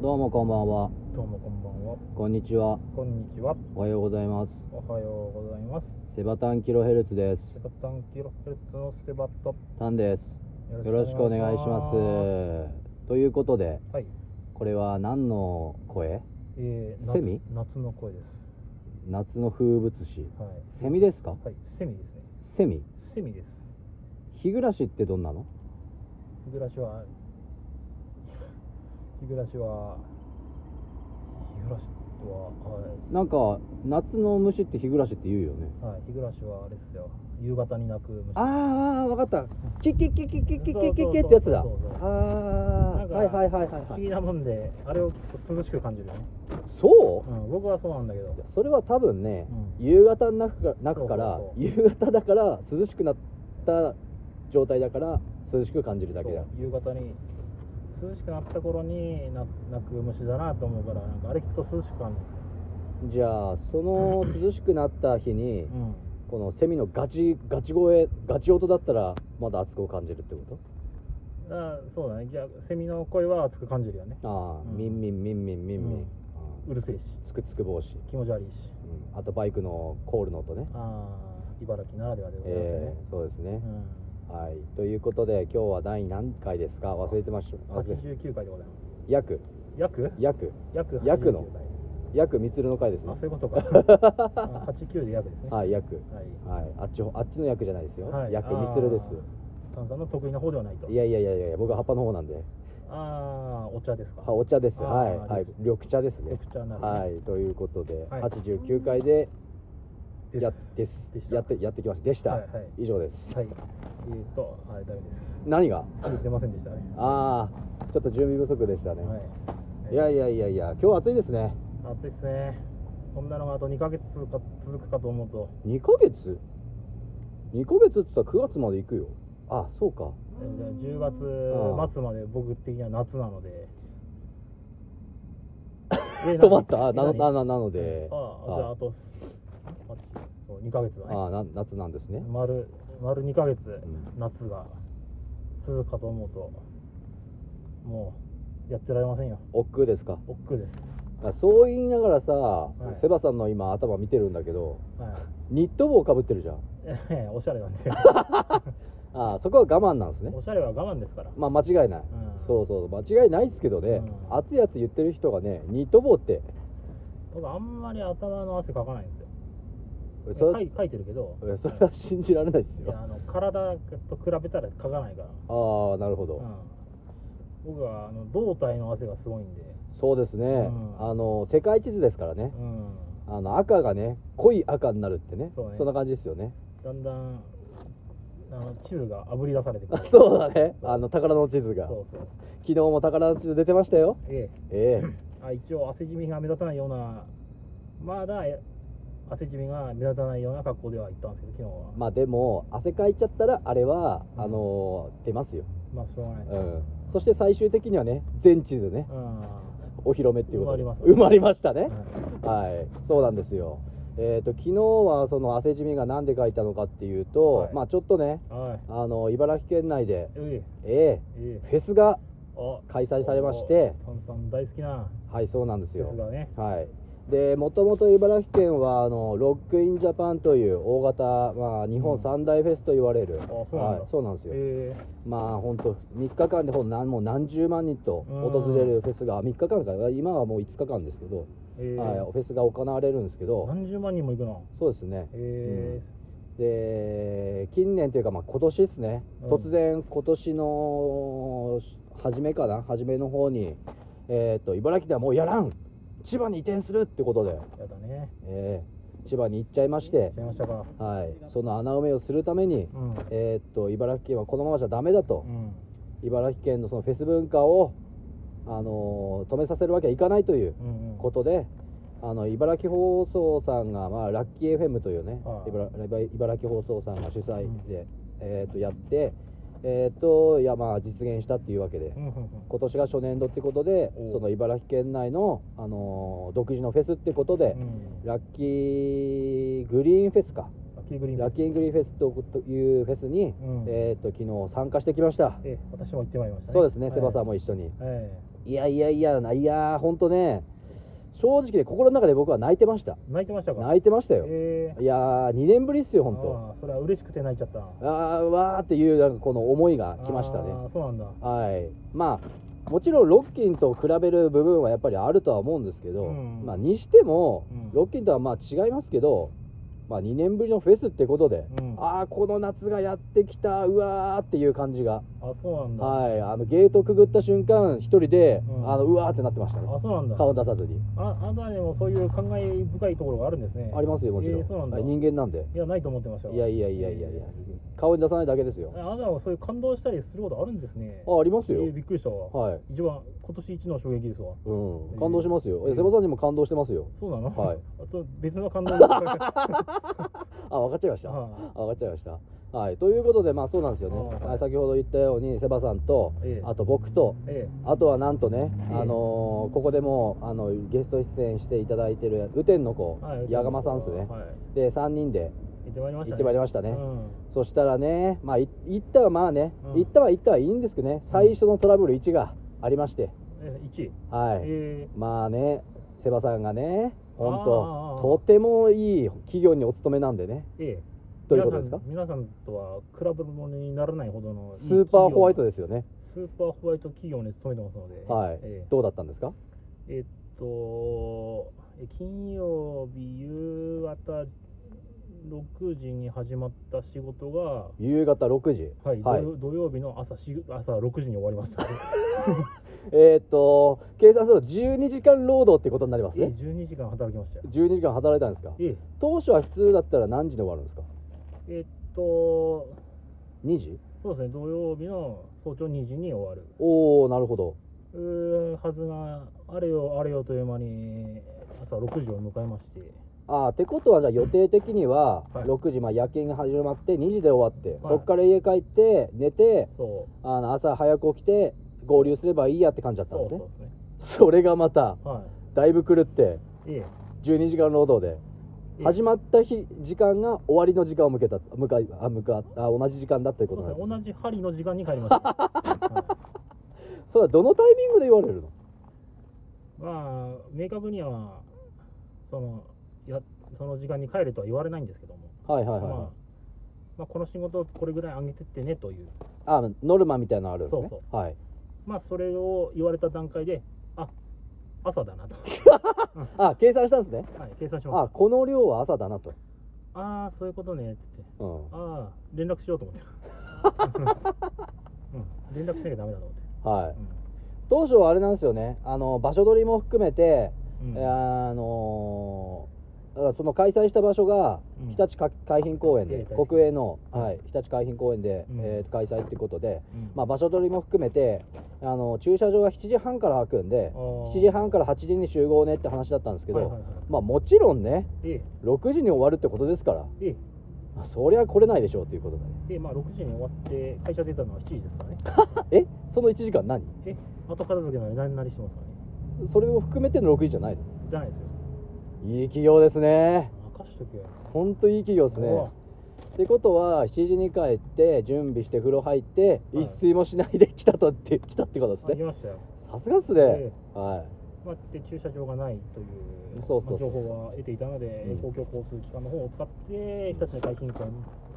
どうもこんばんは。どうもこんばんは。こんにちは。こんにちは。おはようございます。おはようございます。セバタンキロヘルツです。セバタンキロヘルツのスケバット。タンです。よろしくお願いします。ということで、す。はい。これは何の声えー、セミ夏夏の声です。夏の風物詩。はい。セミですかはい。セミですね。セミ。セミです。日暮らしってどんなの日暮らしは、日暮らしは、日暮らしとは、はい。なんか、夏の虫って日暮らしって言うよね。はい、日暮らしはあれですよ。夕方に鳴く虫。あーあー、わかった。キキキキキキキキキそうそうそうってやつだ。そうそうそうあなあんー、かはいはいはいはい不は思い。議なもんで、あれを涼しく感じるよね。そううん、僕はそうなんだけど。それは多分ね、う夕方の中か中からそう夕方だから涼しくなった状態だから涼しく感じるだけだそう夕方に涼しくなった頃にな鳴く虫だなと思うからなんかあれきっと涼しく感じじゃあその涼しくなった日にる、うん、このセミのガチガチ声ガチ音だったらまだ熱く感じるってこあそうだねじゃあセミの声は熱く感じるよねとああ、うんミンミンミンミンミンミン、うんあうるせえしーつくつく帽子、気持ち悪いしうんあとバイクのコールの音ねああ茨城ならではでございますえね、ー、そうですね、はいということで今日は第何回ですか忘れてましたうん、忘れ89回でございます約約約約89約の回約みつるの回ですあねそういう ことかあ89で約ですねはい約はいはい、あっちほあっちの役じゃないですよ、はい役みつるであー炭酸の得意な方ではないとすいやいやいやいや僕は葉っぱの方なんでああお茶ですかはお茶ですあーはい、はい緑、緑茶ですね緑茶ならはいということで、はい89回でですやですでしたやってやってきましたでした、はいは以上ですいはいえー、っとあれダメです何が言ってませんでしたね。ああちょっと準備不足でしたね、はい。い、やいやいやいや今日暑いですね暑いですね。こんなのがあと2ヶ月続くか続くかと思うと、 2ヶ月2ヶ月っつったら9月まで行くよあそうかえー10月末まで僕的には夏なので。え 止まったあなの何えな何ななのでああ、じゃああと、そう2ヶ月だね。あーな夏なんですね、丸、丸2ヶ月、ん夏が続くかと思うと、もう、やってられませんよ。億劫ですか億劫です。あそう言いながらさ、いセバさんの今頭見てるんだけどはい。ニット帽かぶってるじゃんええおしゃれなんで。あーそこは我慢なんですねおしゃれは我慢ですから。まあ間違いない、うんそうそう間違いないですけどね、うん熱い熱い言ってる人がねニット帽って僕あんまり頭の汗かかないんですよえ書それい書いてるけどえそれは信じられないですいよやあの体と比べたらかかないから、ああなるほど、うん、僕はあの胴体の汗がすごいんで、そうですね、うんあの世界地図ですからねうん、あの赤がね濃い赤になるってねそうねんな感じですよねだんだんあの地図があぶり出されてくあるそうだねあの宝の地図がそうそう昨日も宝の地図出てましたよええええあ一応汗じみが目立たないようなまだえ汗じみが目立たないような格好では行ったんですけど昨日はまあでも汗かいちゃったらあれはあのー出ますよまあしょうがない、うん、そして最終的にはね全地図ねうお披露目っていうことで埋まります埋まりましたねん、うんはいそうなんですよえー、と昨日はその汗じみがなんで書いたのかっていうと、はいまあちょっとねはいあの茨城県内で、ええええええフェスがあ開催されまして炭酸大好きなはいそうなんですでよすがねはいでもともと茨城県はあのロックインジャパンという大型、まあ、日本三大フェスと言われる、そうなんだはい、そうなんですよ、えまあ本当3日間でほんと何もう何十万人と訪れるフェスが3日間から今はもう5日間ですけど、ー、えーはい、フェスが行われるんですけど何十万人も行くなそうですねえで近年というかまあ今年ですね、うん突然今年の初めかな初めの方に、えー、と茨城ではもうやらん千葉に移転するってことで、ー、やだねえー千葉に行っちゃいましてや、りましたかはい、その穴埋めをするために、うんえー、と茨城県はこのままじゃダメだと、うん茨城県のそのフェス文化を、あのー止めさせるわけはいかないといううんうんことで、あの茨城放送さんが、まあ、ラッキー FM というねはい茨茨茨城放送さんが主催で、えー、とやって、えーといやまあ、実現したっていうわけで。うんうんうん今年が初年度ってことでおうその茨城県内の、あのー独自のフェスってことで、うんラッキーグリーンフェスかラッキーグリーンラッキーグリーンフェスというフェスに、うんえー、と昨日参加してきました、えー私も行ってまいりましたねそうですね、セバさんもも一緒にえいやいやいやないや本当ね正直で心の中で僕は泣いてました泣いてましたか泣いてましたよええいやー2年ぶりっすよ本当ああそれは嬉しくて泣いちゃったあーわーっていうなんかこの思いが来ましたねああそうなんだはいまあもちろんロッキンと比べる部分はやっぱりあるとは思うんですけど、うんまあにしてもうんロッキンとはまあ違いますけど、まあ、2年ぶりのフェスってことで、うんあああこの夏がやってきたうわーっていう感じが、そうなんだあはいあのゲートくぐった瞬間一人で、うんあのうわーってなってましたねそうなんだ顔出さずにああなたにもそういう感慨深いところがあるんですねありますよもちろん,、えーそうなんだはい人間なんでいやないと思ってましたいやいやいやいやいやえ顔に出さないだけですよえあなたはそういう感動したりすることあるんですねあありますえよ、えびっくりしたわはい一番今年一の衝撃ですわうえんー感動しますよ、え瀬場さんにも感動してますよそうなの はいあと別の感動がは あ分かっちゃいましたああ分かっちゃいました。はい、ということで、まあそうなんですよね、あーはい先ほど言ったように、セバさんと、ええあと僕と、えあとはなんとね、ええあのーここでもうあのゲスト出演していただいてる、雨天の子え、はい矢釜さんですね、はいで3人で行ってまいりま行したってまいりましましたたね、うんそしたらね、まあ、い行ったはまあね、うん行ったは行ったはいいんですけどね、最初のトラブル1がありまして、ええ一位はい、えまあね、セバさんがね、本あー当、とてもいい企業にお勤めなんでね、えええどういうことですか、皆さん皆さんとは比べ物にならないほどのスーパーホワイトでですよね。スーパーホワイト企業に勤めてますのではいえどうだったんですかええっとえ金曜日夕方6時に始まった仕事が夕方6時はい、はい土曜土曜日の朝し朝6時に終わりました、 えーっと計算すると12時間労働ってことになりますええね12時間働きましたよ12時間働いたんですかええ当初は普通だったら何時に終わるんですかえっと2時そうですね土曜日の早朝2時に終わるおおなるほどうーはずがあれよあれよという間に朝6時を迎えましてああってことはじゃあ予定的にははい6時、まあ、夜勤が始まって2時で終わって、はいそっから家帰って寝てそあの朝早く起きて合流すればいいやって感じだっうたんそでうすねそうですねそれがまたはだいぶ狂っていえ12時間労働でえ始まった日時間が終わりの時間を向けた向かいあ向かあ同じ時間だってそことうなんでですすね同じ針の時間に帰りました、はそれはどのタイミングで言われるのいまあ明確にはそのやその時間に帰れとは言われないんですけども、はいはいはい、まあまあ、この仕事をこれぐらい上げてってねというあ、ノルマみたいなのあるんですねそうはいまあそれを言われた段階であ朝だ なと、あ計算したんですねはい、計算しまあこの量は朝だなと、すああーそういうことねって言ってうああ連絡しよう と思ってうん連絡しなきゃダメだと思ってんはい、当初はあれなんですよねあの場所取りも含めて、うん、うんえーあのーだからその開催した場所がうん日立か海浜公園でええ国営の、うんはい、日立海浜公園で、うんえー開催ってことで、うんまあ、場所取りも含めてあの駐車場が7時半から開くんであー7時半から8時に集合ねって話だったんですけど、はいはいはいまあもちろんねえ6時に終わるってことですからええあそりゃ来れないでしょうっていうことだねえでまあ6時に終わって会社出たのは7時ですからねえその1時間何え後片付けなり何なりしてますからねそれを含めての6時じゃないのじゃないですよいい企業ですね任しとけよほんといい企業ですねってことは7時に帰って準備して風呂入って、はい一睡もしないで来たとって 来たってことですあ行きねましたよさすがっすね、えはまあ、で駐車場がないというそうそうそうまあ情報は得ていたので、うん公共交通機関の方を使って、日立の海浜公園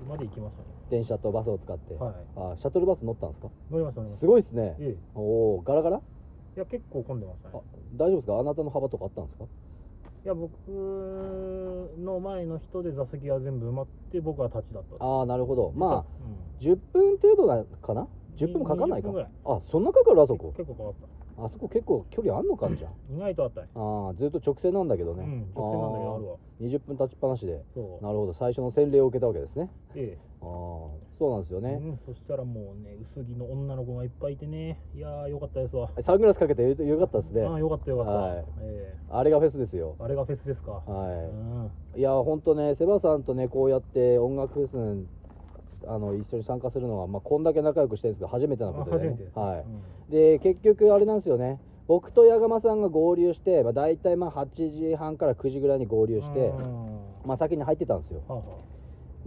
まで行きましたね。い電車とバスを使って、はい、あシャトルバス乗ったんですか乗りました、乗りましすごいっすねた。ええ、おおガラガラいや、結構混んでましたねあ。大丈夫ですかあなたの幅とかあったんですかいや、僕の前の人で座席が全部埋まって、僕は立ちだった。ああなるほどまああ、 10分程度なかなうん、 10分もかかんない20か分ぐらいあそんなかかるあそこ結構かかった。あそこ結構距離あんのかんじゃん意外とあったね。ああずっと直線なんだけどね、うん、直線なんだけどあるわ。 20分立ちっぱなしでそう。なるほど最初の洗礼を受けたわけですねえああそうなんですよえ、ね、うん、そしたらもうね、薄着の女の子がいっぱいいてね、いやー、よかったですわ。サングラスかけてよよかったですねああ、よかったよかった。はいえあれがフェスですよえあれがフェスですか。うはん。いいやほんとねセバさんとねこうやって音楽フェスにあの一緒に参加するのは、まあ、こんだけ仲良くしてるんですけど初めてなことで、ねあ初めてですはうんい、で結局あれなんですよね僕と矢釜さんが合流して、まあ、大体まあ8時半から9時ぐらいに合流して、うんはまあ、先に入ってたんですよあは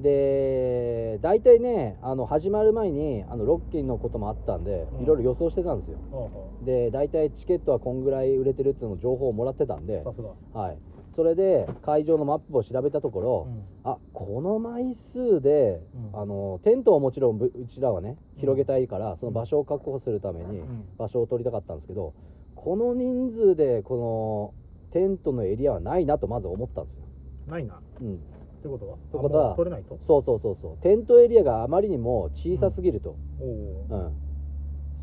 で大体ねあの始まる前にあのロッキーのこともあったんで、うんいろいろ予想してたんですよああで大体チケットはこんぐらい売れてるっていうのを情報をもらってたんでさ、すが、はい、それで会場のマップを調べたところ、うんあこの枚数で、うんあのテントをもちろんぶうちらはねうん広げたいから、その場所を確保するためにうん場所を取りたかったんですけどこの人数でこのテントのエリアはないなとまず思ったんですよ、ないなっうん、てことはてことはあもう取れないとそうそうそうそうテントエリアがあまりにも小さすぎると、おうおん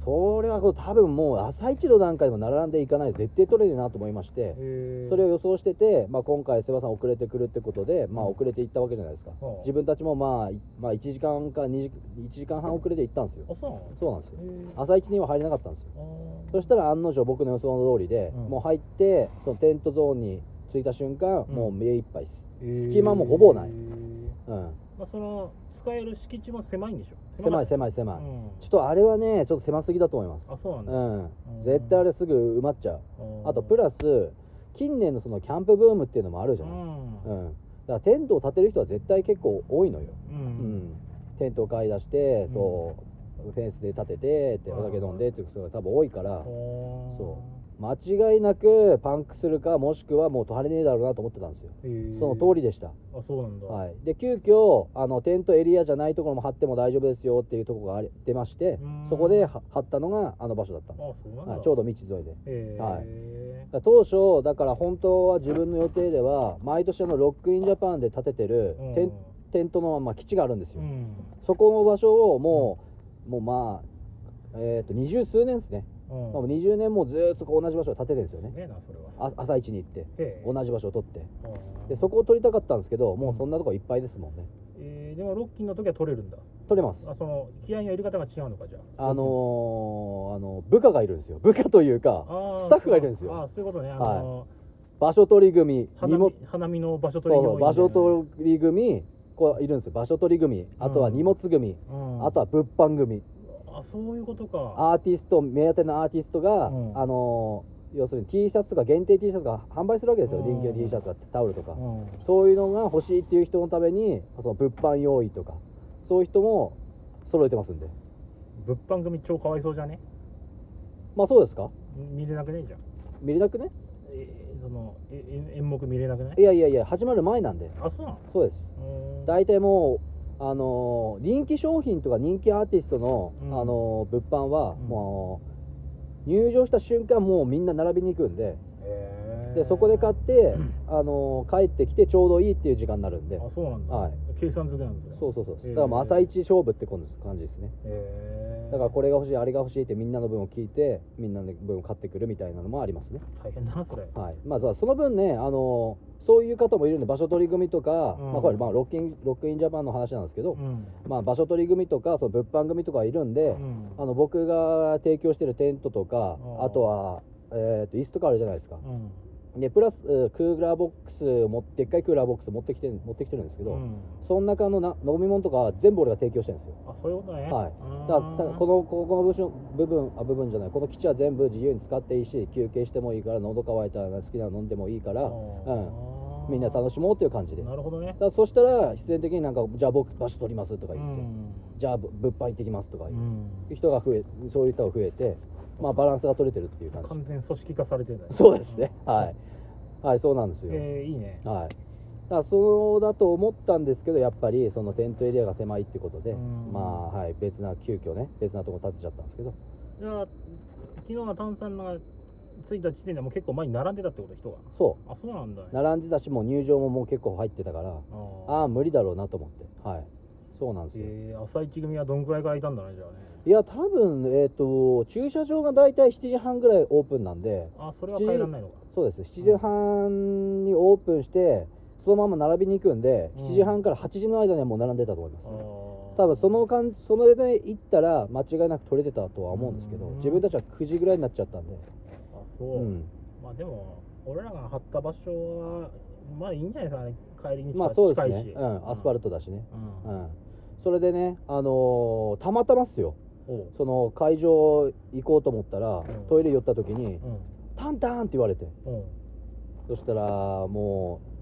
それはこう多分もう朝一の段階でも並んでいかない絶対取れねえなと思いましてへえそれを予想してて、まあ、今回、瀬場さん遅れてくるってことで、まあ、遅れていったわけじゃないですか、はあ自分たちも、まあいまあ、1時間か2時 ,1 時間半遅れて行ったんですよ、あそうなのそうなんですよ、へえあ朝一には入れなかったんですよ、ーそしたら案の定、僕の予想の通りで、うんもう入って、そのテントゾーンに着いた瞬間、うんもう目いっぱいです、へえ隙間もほぼないへえうん、まあその使える敷地も狭いんでしょ狭い、かっ狭い、狭たい、うちんょっとあれはね、ちょっと狭すぎだと思います、あそうなんだ、うん、うん絶対あれ、すぐ埋まっちゃう、あとプラス、近年のそのキャンプブームっていうのもあるじうゃない。んうんだからテントを建てる人は絶対結構多いのよ、うんうん、テントを買い出して、うんそうフェンスで立ててってうんお酒飲んでっていう人が多分多いからそ間違いなくパンクするかもしくはもう取られねえだろうなと思ってたんですようへえその通りでした、あそうなんだ、はい、で急遽あのテントエリアじゃないところも張っても大丈夫ですよっていうところがあり出ましてうんそこでは張ったのがあの場所だったあそうなんだ、はい、ちょうど道沿いでへえはいだから当初だから本当は自分の予定では毎年あのロックインジャパンで建ててるテン,、テントのまあ基地があるんですよ、うんそこの場所をもう、もうまあ、えっ、と、二十数年ですね。うん多分20年もずーっとこう同じ場所を建ててるんですよねね。えなそれはあ朝一に行って、へえ同じ場所を取って。うんで、そこを取りたかったんですけど、もうそんなとこいっぱいですもんね。えーでもロッキンの時は取れるんだ取れます。あその気合の入れ方が違うのかじゃああのー、あの、部下がいるんですよ。部下というか、あスタッフがいるんですよあーそういうことねあの、場所取り組、荷花物見、花見の場所取りそにう、場所取り組、こういるんですよ。場所取り組、あとは荷物組、うん、あとは物販組、あそういうことかアーティスト、目当てのアーティストが、うんあのー要するに T シャツとか限定 T シャツが販売するわけですよ、うん人気の T シャツとかタオルとか、うんそういうのが欲しいっていう人のために、その物販用意とか、そういう人も揃えてますんで、物販組超かわいそうじゃねまあそうですか、見れなくねえじゃん見れなくね、えそのええ演目見れなくないいやいやいや、始まる前なんで、あそうなのそうです、うーん大体もう、あのー人気商品とか人気アーティストの、うんあのー物販は、うんもう、入場した瞬間、もうみんな並びに行くんで、へーでそこで買って、あのー帰ってきてちょうどいいっていう時間になるんで。あそうなんだ、はい計算づけなんですねそうそうそう。えーだからもう朝一勝負ってこんな感じですね。へえだからこれが欲しい、あれが欲しいってみんなの分を聞いて、みんなの分を買ってくるみたいなのもありますね。大変だなそれはい。まあ、その分ね、あのーそういう方もいるんで、場所取り組とか、うんまあこれ、まあロッキン、ロックインジャパンの話なんですけど、うんまあ場所取り組とか、その物販組とかいるんで、うんあの、僕が提供してるテントとかう、んあとは、えっと椅子とかあるじゃないですか、うんでプラスうんクーラーボックスを持ってでっかいクーラーボックスを持ってきて持ってきてるんですけど、うんその中のな飲み物とかは全部俺が提供してるんですよあそういうことねはいだうかーんらただこのここの部分部分あ部分じゃないこの基地は全部自由に使っていいし休憩してもいいから喉乾いたら好きなの飲んでもいいから、うん、うみんな楽しもうっていう感じでだかなるほどねらそしたら必然的になんかじゃあ僕場所取りますとかう言って、んじゃあぶ物販行ってきますとかう言っんて、人が増えそういう人が増えて、まあ、バランスが取れてるっていう感完全組織化されてるねじそうですね、はいはいそうなんですよ、えーいいねはい、だからそうだと思ったんですけど、やっぱりそのテントエリアが狭いってことで、うんまあはい、別な、急遽ね、別なとこ建てちゃったんですけど、じゃあ昨日は炭酸がついた時点でもう結構前に並んでたってこと人がそあそうなんだう、並んでたし、もう入場ももう結構入ってたから、あああ、無理だろうなと思って、はい、そうなんですよ。えー、朝一組はどんくらいからいたんだねじゃあねいや、多分えっ、と、駐車場が大体7時半ぐらいオープンなんで、あそれは帰らないのかそうです、7時半にオープンして、そのまま並びに行くんで、うん7時半から8時の間にはもう並んでたと思います。あー多分その間その間に行ったら間違いなく取れてたとは思うんですけどうん自分たちは9時ぐらいになっちゃったんで、あそう、うん、まあでも俺らが張った場所はまあいいんじゃないですかね帰りにまあそうです近いねし、うん、アスファルトだしね、うん、うおん、それでね、あのーたまたまっすようその会場行こうと思ったら、んトイレ寄った時にうん「タンタン!」って言われてうんそしたらもう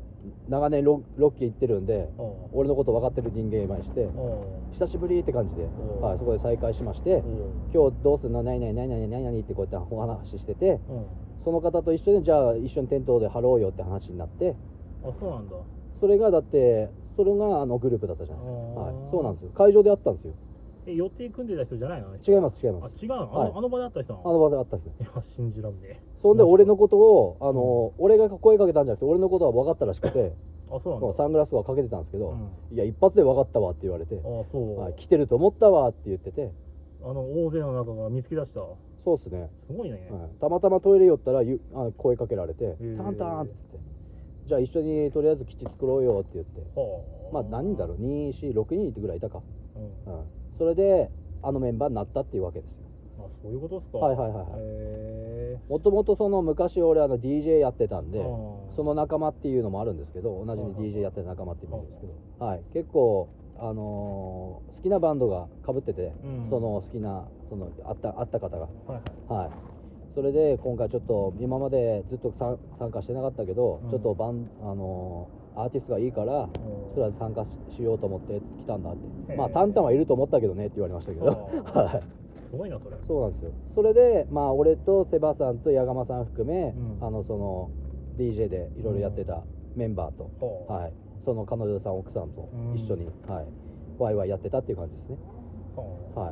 長年ロロッキー行ってるんでああ俺のこと分かってる人間がいましてああ久しぶりって感じで、んはい、そこで再会しましてうん今日どうするの何々何々何々ってこうやってお話ししててうんその方と一緒にじゃあ一緒にテントで張ろうよって話になってあそうなんだそれがだってそれがあのグループだったじゃないあーはい、そうなんですよ会場であったんですよえ予定組んでた人じゃないのあ違います違います違うのあの,、はいあの場で会った人なあのの場であった人いや信じらんねえそんで俺のことをあの、俺が声かけたんじゃなくて俺のことは分かったらしくてあそうなんだそうサングラスはかけてたんですけど、うんいや一発で分かったわって言われて、あそう、はい、来てると思ったわって言っててあの大勢の中が見つけ出したそうっすね、すごいね、はい、たまたまトイレ寄ったらゆあ声かけられて「ータンタン」っつって「じゃあ一緒にとりあえず基地作ろうよ」って言ってはあまあ何人だろう246人いてぐらいいたか、う、ん、うあん、それであのメンバーになったっていうわけですよそういうことっすかはいはいはいはいへえもともとその昔俺あの DJ やってたんでそのの仲間っていうのもあるんですけど同じに DJ やってる仲間っていうんですけど、はい、結構、あのー好きなバンドがかぶってて、うんその好きなそのあったあった方が、はいははいい、それで今回ちょっと今までずっと参参加してなかったけど、うんちょっとバン、あのーアーティストがいいからうんそれは参加ししようと思って来たんだっへてえまあタンタンはいると思ったけどねって言われましたけど、ははいあすごいなそれそうなんですよそれでまあ俺とセバさんと矢釜さん含め、うんあのその DJ でいろいろやってたメンバーと、はあはいその彼女さん奥さんと一緒に、はいワイワイやってたっていう感じですねははああ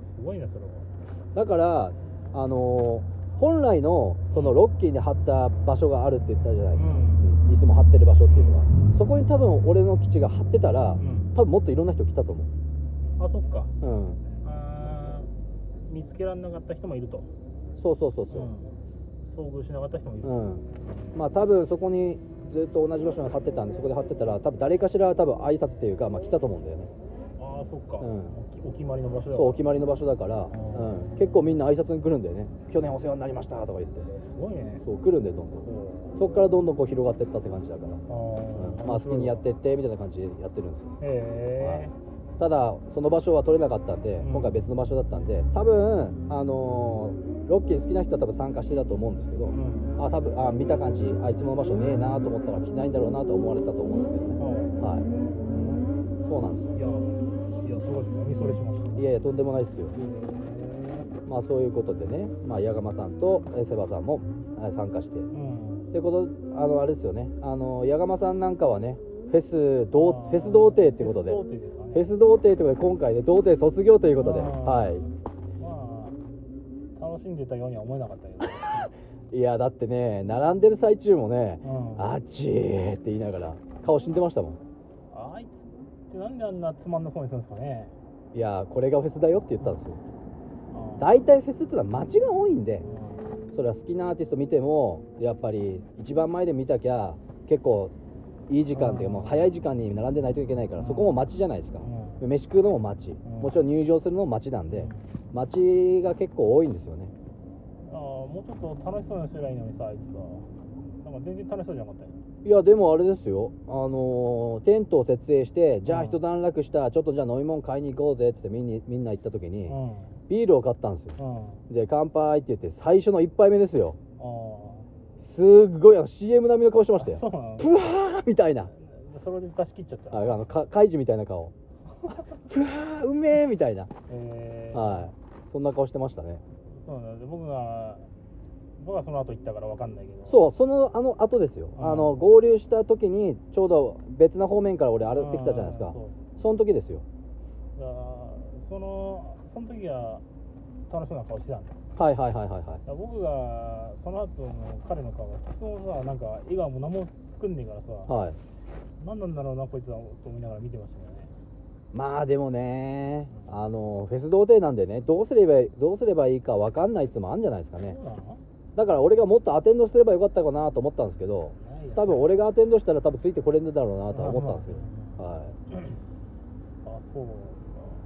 ーすごいねそれはいだからあのー本来のそのロッキーに貼った場所があるって言ったじゃないですか、んうんいつも貼ってる場所っていうのはそこに多分俺の基地が貼ってたらうん多分もっといろんな人来たと思あそっかううんあー見つけられなかった人もいると、そうそうそうそう、遭遇しなかった人もいる、うん、まあ多分そこにずっと同じ場所に貼ってたんでそこで貼ってたら多分誰かしら多分挨拶っていうか、まあ、来たと思うんだよねああそっか、うおお決まりの場所だそうおから決まりの場所だから、んうん、結構みんな挨拶に来るんだよね去年お世話になりましたとか言ってすごいねそう来るんでどんどんそこからどんどんこう広がってったって感じだから、あー、うん、まあ好きにやってってみたいな感じでやってるんですよへえただその場所は取れなかったんで、うん今回別の場所だったんで多分あのーロッキー好きな人は多分参加してたと思うんですけど、うんあ多分あ見た感じあいつもの場所ねえなと思ったら来ないんだろうなと思われたと思うんですけどねあはい。そうなんでーいやいやすごいですねそれしましたす。いやいや、とんでもないですよ。まあ、そういうことでね、まあ、矢釜さんとえーセバさんもえー参加して。うんってこと、あの、あれですよね。あの、矢釜さんなんかはね、フェス童、フェス童貞ってことで。フェス童貞ですかフねェス童貞ということで、今回で童貞卒業ということで。あーはまあ楽しんでたようには思えなかったけど、い。いや、だってね、並んでる最中もね、うん、ああっちーって言いながら、顔死んでましたもん。いつってなんであんなつまんなそうにするんですかねいや、これがフェスだよって言ったんですよ。あー大体フェスってのは街が多いんで。うんそれは好きなアーティスト見てもやっぱり一番前で見たきゃ結構いい時間っていうかうんもう早い時間に並んでないといけないからうんそこも街じゃないですかうん飯食うのも街もちろん入場するのも街なんで街が結構多いんですよねああもうちょっと楽しそうにすればいいのにさあいつはなんか全然楽しそうじゃなかったよいやでもあれですよあのーテントを設営してじゃあうん一段落したちょっとじゃあ飲み物買いに行こうぜってみんなみんな行った時にうんビールを買ったんですようんあで乾杯って言って最初の1杯目ですよあすっごいあの CM 並みの顔してました よそうなのプワーみたいなそれで出し切っちゃったはいあのかカイジみたいな顔 うわーうめえみたいな、えー、はい、そんな顔してましたねそうなんだ僕が僕はその後行ったからわかんないけどうそうそのあの後ですよ、うんあの合流した時にちょうど別な方面から俺歩いてきたじゃないですかんそうその時ですよだからそのその時は楽しそうな顔してたんだだかはいはいはいはいはいら僕がその後の彼の顔がきつもさなんか笑顔も何も作んねえからさ、はい何なんだろうなこいつはと思いながら見てましたけどねまあでもねあのフェス童貞なんでねどうすればいいどうすればいいか分かんないっつもあるんじゃないですかねそうなのだから俺がもっとアテンドすればよかったかなと思ったんですけどないよ多分俺がアテンドしたら多分ついてこれるんだろうなとは思ったんですよはいあそう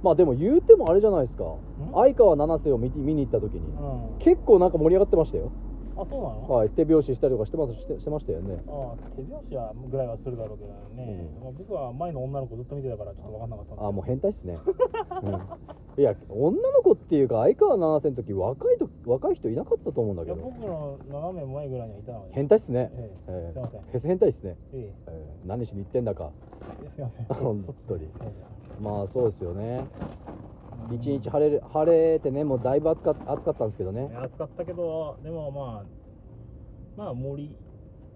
まあでも言うてもあれじゃないですかん相川七瀬を見て見に行った時にかうん結構なんか盛り上がってましたよあそうなの、はい手拍子したりとかしてますしてしてましたよねああ手拍子はぐらいはするだろうけどね、うまあ僕は前の女の子ずっと見てたからちょっと分かんなかったんだけどあ ーもう変態っすね、うんいや女の子っていうか相川七瀬の時若い時若い人いなかったと思うんだいけやど僕の斜め前ぐらいにはいたのに変態っすね、えええすーいませんフェス変態っすね、えええー何しに行ってんだか すいません本当にまあそうですよねうん一日晴れる晴れてねもうだいぶ暑か暑かったんですけどねね暑かったけどでもまあまあ森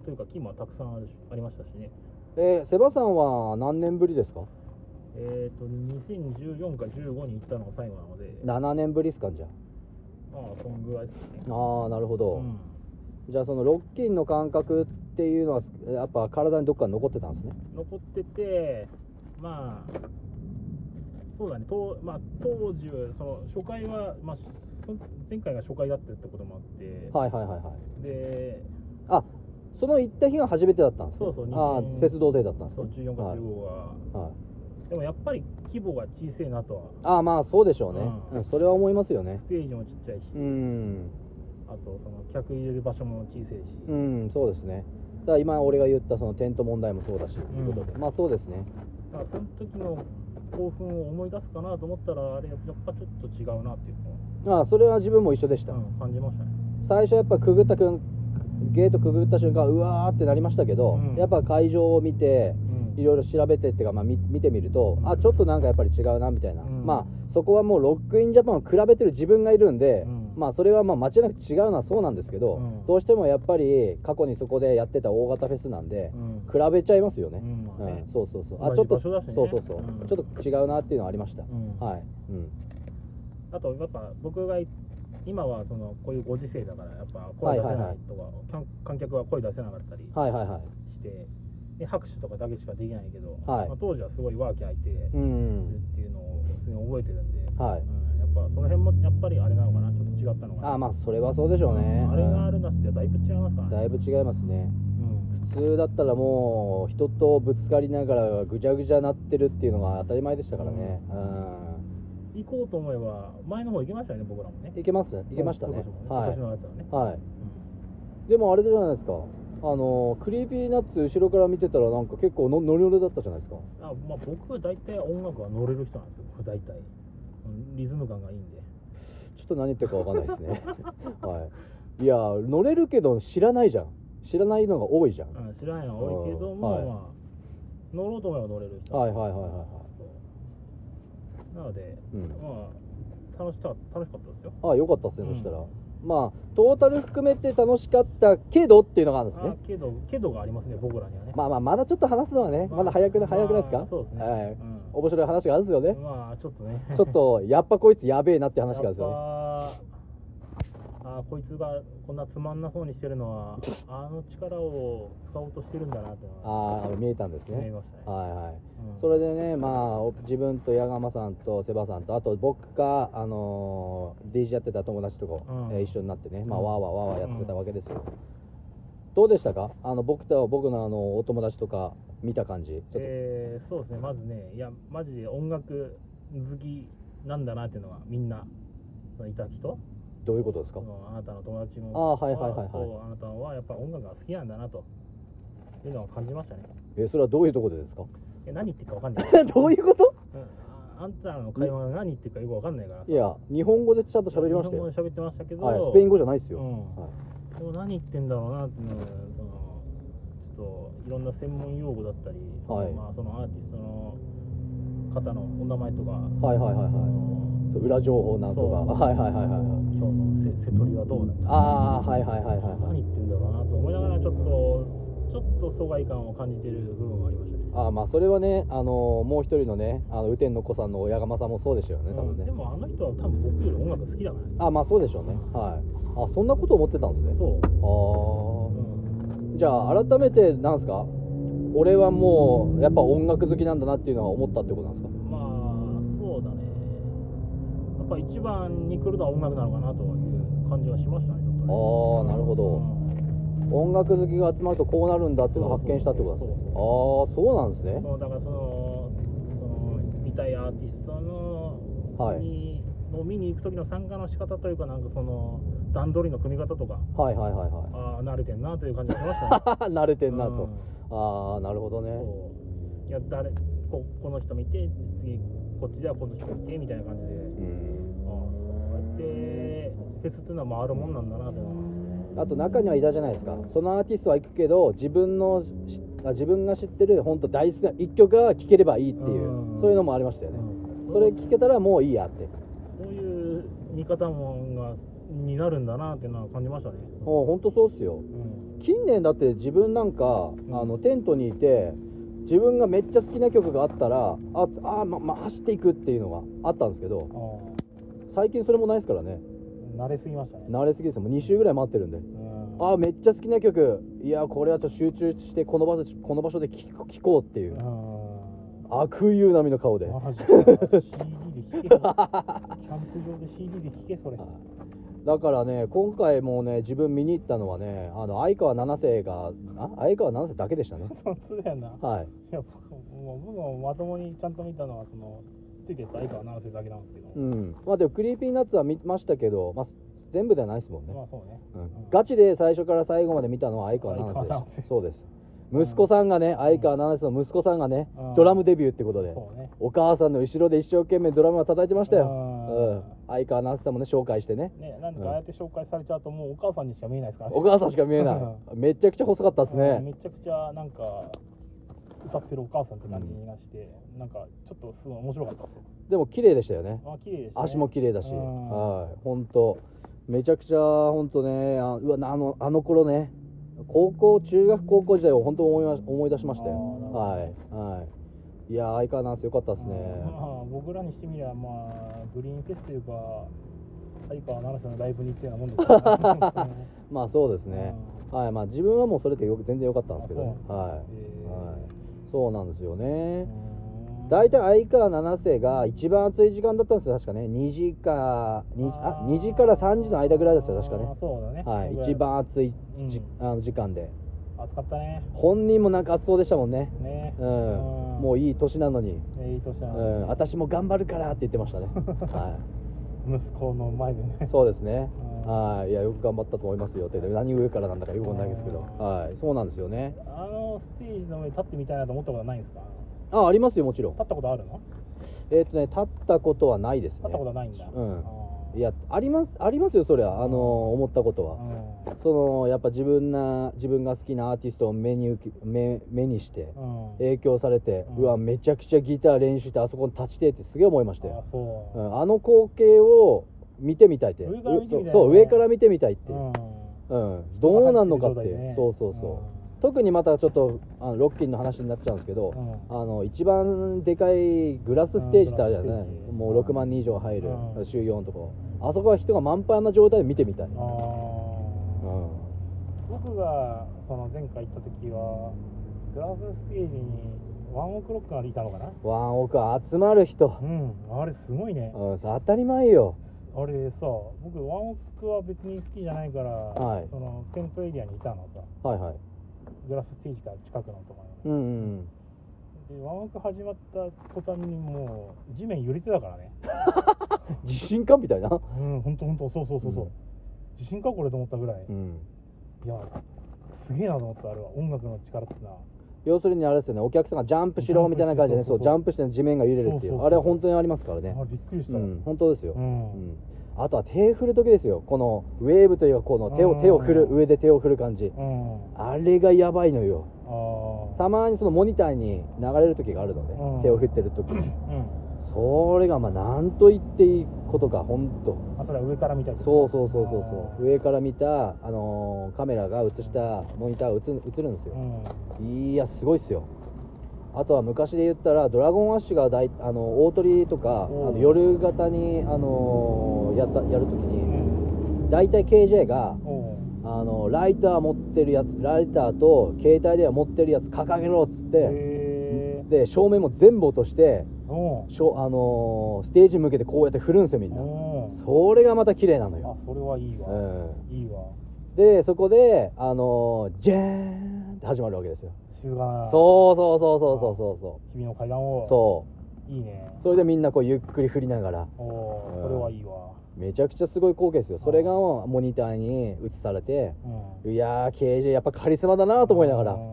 というか木もたくさんあるしありましたしねえーセバさんは何年ぶりですかえっ、と2014か15に行ったのが最後なので7年ぶりっすかじゃあまあそんぐらいですねあーなるほど、うんじゃあそのロッキンの感覚っていうのはやっぱ体にどっか残ってたんですね残っててまあそうだね当,、まあ、当時はその初回は、まあ、そ前回が初回だったってこともあって、はいはいはいはいであその行った日が初めてだったんですねそうそうああ2000フェス同棲だったんですそうね14かはい15は、はいでもやっぱり規模が小さいなとはああまあそうでしょうね、うんうんそれは思いますよねステージもちっちゃいし、うんあとその客入れる場所も小さいし、うんそうですねだから今俺が言ったそのテント問題もそうだし、ということでまあそうですねだからその時の興奮を思い出すかなと思ったらあれやっぱちょっと違うなっていうああそれは自分も一緒でした、のを、うん、感じましたね最初やっぱくぐったくんゲートくぐった瞬間うわーってなりましたけど、うんやっぱ会場を見てうんいろいろ調べてっていうか、まあ、み見てみるとあちょっとなんかやっぱり違うなみたいな、うんまあそこはもうロックインジャパンを比べてる自分がいるんで、うんまあそれはまあ間違いなく違うのはそうなんですけど、うんどうしてもやっぱり過去にそこでやってた大型フェスなんで、うん比べちゃいますよね、うんまあうんねそうそうそうあち同ょじっと、場所だしねそうそうそう、うんちょっと違うなっていうのはありました、うんはい、うん、あとやっぱ僕がい今はそのこういうご時世だからやっぱ声出せないとか、観観客は声出せなかったりしはいはいはいてで拍手とかだけしかできないけど、はいまあ、当時はすごいワーキャーいてるうんっていうのを普通に覚えてるんで、はいうん、やっぱその辺もやっぱりあれなのかなちょっと違ったのかなあまあそれはそうでしょうね、あれがあるなしでだいぶ違いますからねだいぶ違いますねうん普通だったらもう人とぶつかりながらぐちゃぐちゃなってるっていうのが当たり前でしたからねうん、行こうと思えば前の方行きましたよね僕らもねいけますいけましたね今年も今年はのやつはねい、はい、でもあれじゃないですかあのクリーピーナッツ後ろから見てたらなんか結構のノリノリだったじゃないですかあまあ僕は大体音楽は乗れる人なんですよ僕大体うんリズム感がいいんでちょっと何言ってるかわかんないです ねはいいや乗れるけど知らないじゃん知らないのが多いじゃんうん、知らんやん多いけども、はいまあ、乗ろうと思えば乗れる人、はいはいはいはいはそうなので、い、うんまあ、楽しかった楽しかったですよ。ああよかったですね、うんそしたらまあトータル含めて楽しかったけどっていうのがあるんですあねけど、けどがありますね、僕らにはね。まあまあまだちょっと話すのはねまだ早くなまあ早くないですか、そうですね。はいうん面白い話があるんですよねまあ、ちょっとね。ちょっとやっぱこいつやべえなって話があるんです よねああーこいつがこんなつまんなそうにしてるのは、あの力を使おうとしてるんだなってのはああ見えたんです思いねましたね。はいはいうんそれでねまあお自分と矢釜さんとセバさんとあと僕があのー DJ やってた友達とか、うんえー一緒になってねまあうんわーわーわーわーやってたわけですよ、どうでしたかあの僕と僕のあのお友達とか見た感じちょっと、えーそうですね、まずね、いや、マジで音楽好きなんだなっていうのは、みんな、そのいた人、どういうことですかそのあなたの友達も、あーはいはいはいはいそうあなたはやっぱ音楽が好きなんだなというのを感じましたね。えそれはどういうところでですかえ何言ってるかわかんない。どういうことうんああんたの会話が何言ってるかよくわかんないから。いや日本語でちゃんと喋りました日本語よ、で喋ってましたけど、はい、スペイン語じゃないですよ、うんはいでも何言ってんだろうなっていうのはそのちょっといろんな専門用語だったり、はいまあ、そのアーティストの方のお名前とか、はいはいはいはいあのそう裏情報なんとかそうはいはいはいはいはい今日のせ瀬取りはどうだったああーはいはいはいはいはい何言ってんだろうなと思いながらちょっとちょっと疎外感を感じてる部分はありましたねあーまあそれはね、あのーもう一人のねあの雨天の子さんの親釜さんもそうでしたよね多分うんね、でもあの人は多分僕より音楽好きだからねあーまあそうでしょうねはいあそんなこと思ってたんですねそう、あうんあじゃあ改めてなんですか俺はもうやっぱ音楽好きなんだなっていうのは思ったってことなんですかまあそうだねやっぱ一番に来るのは音楽なのかなという感じはしましたねちょっあとあーねなるほど、音楽好きが集まるとこうなるんだっていうのを発見したってことなんですねそうああーそうなんですうんねそうだからそのその見たいアーティストのはいにの見に行く時の参加の仕方というかなんかその段取りの組み方とかはいはいはいはああ慣れてんなという感じがしましたねい慣れてんなうとあん、あなるほどねそういや誰ここの人見て次こっちではこの人見てみたいな感じでうんああそうやってフフェスっていうのは回るもんなんだなっていうのはあと中にはいたじゃないですかそのアーティストは行くけど自分のしあ自分が知ってる本当大好きな一曲が聴ければいいっていううんそういうのもありましたよねそれ聴けたらもういいやってそういう見方もがになるんだなっていうのは感じましたね。もう本当そうっすようん近年だって自分なんかんあのテントにいて自分がめっちゃ好きな曲があったらああまま走っていくっていうのがあったんですけど最近それもないですからねああ、慣れすぎましたね。慣れすぎですよもう2週ぐらい待ってるんでうんあめっちゃ好きな曲いやこれはちょっと集中してこの場所この場所で聴こ聴こうっていうう悪友並みの顔でん。マジか CD で聴けよキャンプ場で CD で聴けそれ。だからね今回もね自分見に行ったのはねあの相川七瀬があ相川七瀬だけでしたねそうだよな。いはいや僕も僕もまともにちゃんと見たのはそのついてた相川直瀬だけなんですけど。うんまあでもクリーピーナッツは見ましたけど、まあ、全部ではないですもんね、まあそうね。うんガチで最初から最後まで見たのは相川七瀬で相川したそうです息子さんがね相川七瀬の息子さんがねうんドラムデビューってことでそうね。お母さんの後ろで一生懸命ドラムは叩いてましたようんう相川七瀬さんもね紹介してねん。ね、なんかああやって紹介されちゃうともうお母さんにしか見えないですからねお母さんしか見えないめちゃくちゃ細かったですうんねめちゃくちゃなんか歌ってるお母さんって感じがして、なんかちょっとすごい面白かったですよでも綺麗でしたよねあ綺麗です、ね、足も綺麗だし、うんはい、本当めちゃくちゃ本当ね、あうわなあのあの頃ね、高校中学高校時代を本当思いま思い出しましたよ。あーなるほどはいはい。いやー相変わらず良かったですね。うんまあ僕らにしてみればまあグリーンフェスというか相川七瀬のライブに行ってようなもんですからねまあそうですね。はい、まあ自分はもうそれでよく全然良かったんですけど、ねあ、はうんい、えーはい、そうなんですよね。 うん大体相川七瀬が一番暑い時間だったんですよ確かね2時か 2, あ2時から3時の間ぐらいですよ確かあねーそうだはいねそのぐら一番暑いじ、うあの時間で暑かったね本人もなんか暑そうでしたもんねねうんうんもういい年なのに、えいい年だう、なん私も頑張るからって言ってました ね、は息子の前でねい、そうですねうんはいいやよく頑張ったと思いますよって何上からなんだかよくわかんないですけど、はい、そうなんですよねあのステージの上に立ってみたいなと思ったことないんですかあありますよもちろん立ったことあるのえっ、とね立ったことはないですね立ったことはないんだうんいややありますありますよそりゃあのー思ったことはそのやっぱ自分な自分が好きなアーティストを目に受け目目にしてうん影響されて、ううんわめちゃくちゃギター練習してあそこに立ちてえってすげえ思いましたよ、あそううんあの光景を見てみたいって上から見てみたいねうそう上から見てみたいっていう、うんうんどうなんのかって入いるう状態でねそうそうそう、特にまたちょっとあのロッキンの話になっちゃうんですけど、うんうんあの一番でかいグラスステージってあるじゃない、うんグラスステージもう6万人以上入る、うん週4のとこあそこは人が満杯な状態で見てみたい、あーうん僕がその前回行った時はグラスステージにワンオクロックがいたのかなワンオク集まる人、うんあれすごいねうん、当たり前よあれさ僕ワンオクは別に好きじゃないから、はいそのテントエリアにいたのさはいはいグラスステージから近くのところにうんうんうんでワンオク始まった途端にもう地面揺れてたからね地震かみたいな、うんほんとほんとそうそうそうそう、うん地震かこれと思ったぐらい、うん、いやすげえなと思ったあれは音楽の力ってな要するにあれですよねお客さんがジャンプしろみたいな感じでねジャそンプしうジャろそうそうンプして地面が揺れるっそうていそうそううあれは本当にありますからねあびっくりしたううんん、本当ですよ、うん、あとは手振る時ですよこのウェーブというかこの手うをん手を振る上で手を振る感じうんああれがやばいのよあたまにそのモニターに流れる時があるので、うん手を振ってる時にうんそれがまあ何と言っていいことか本当あそれは上から見たいそうそうそうそうそう上から見た、あのーカメラが映したモニターが映る映るんですよんいやすごいっすよあとは昔で言ったらドラゴンアッシュが大あの大鳥とかあうんの夜型に、あのーやったやるときうにん大体 KJ がおうあのライター持ってるやつライターと携帯では持ってるやつ掲げろっつってへえで照明も全部落としておうしょ、あのーステージ向けてこうやって振るんですよみんなおうそれがまた綺麗なのあよ、それはいいうわ、ん、いいわでそこであのー、ジェーンって始まるわけですよ週がそうそうそうそうそうそうそう君の階段をそういいねそれでみんなこうゆっくり振りながらおおうそれはいいわめちゃくちゃすごい光景ですよそれがモニターに映されてうんいやー KJ やっぱカリスマだなと思いながらううんいい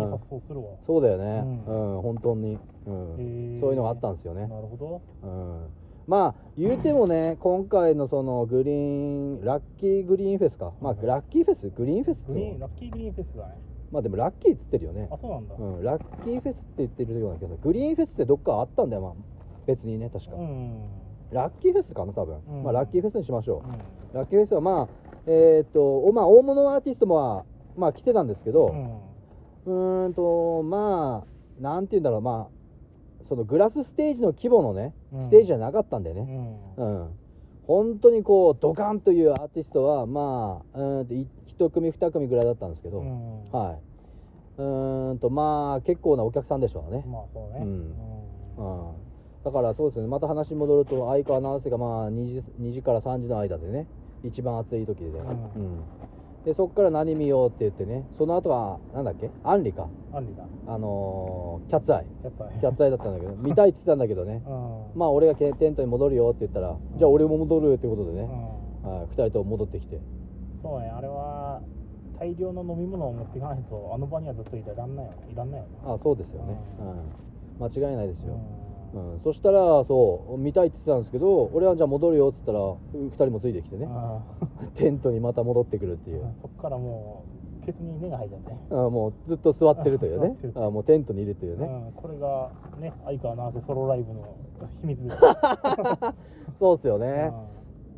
いいん発想するわそうだよねううんん本当にうんへーそういうのがあったんですよねなるほどうんまあ言うてもね今回のそのグリーンラッキーグリーンフェスかまあラッキーフェスグリーンフェスってグリいうーンのラッキーグリーンフェスだねまあでもラッキーっつってるよねあそうなんだうんラッキーフェスって言ってるような気がするグリーンフェスってどっかあったんだよまあ別にね確かうん、うんラッキーフェスかな多分、うんまあラッキーフェスにしましょう、ラッキーフェスはまあえーっとおまあ大物アーティストもまあ来てたんですけど、うんうーんとまあなんて言うんだろうまあそのグラスステージの規模のねうんステージじゃなかったんだようねんうん、本当にこうドカンというアーティストはまあうーんとい一組二組ぐらいだったんですけど、うんはいうーんとまあ結構なお客さんでしょうね、まあそうねうんうんうん、だからそうですねまた話戻ると相川七瀬がまあ2時 ,2 時から3時の間でね一番暑い時でね、ううんでそっから何見ようって言ってねその後はなんだっけアンリかアンリだあのーキャッツアイやっぱりキャッツアイだったんだけど見たいって言ってたんだけどねうんまあ俺がけテントに戻るよって言ったらじゃあ俺も戻るってことでうね、んはい、2人とも戻ってきてそうねあれは大量の飲み物を持っていかないとあの場にはずっといらんないよいらんないよねあそうですよね、うん、間違いないですよ、ううんんそしたらそう見たいって言ってたんですけど俺はじゃあ戻るよって言ったら2人もついてきてねうんテントにまた戻ってくるっていう、 そっからもうケツに根が入っちゃって、ねあもうずっと座ってるというねあ座ってるあもうテントにいるといううね、ん、これがね相川直瀬ソロライブの秘密ですそうっすよねね、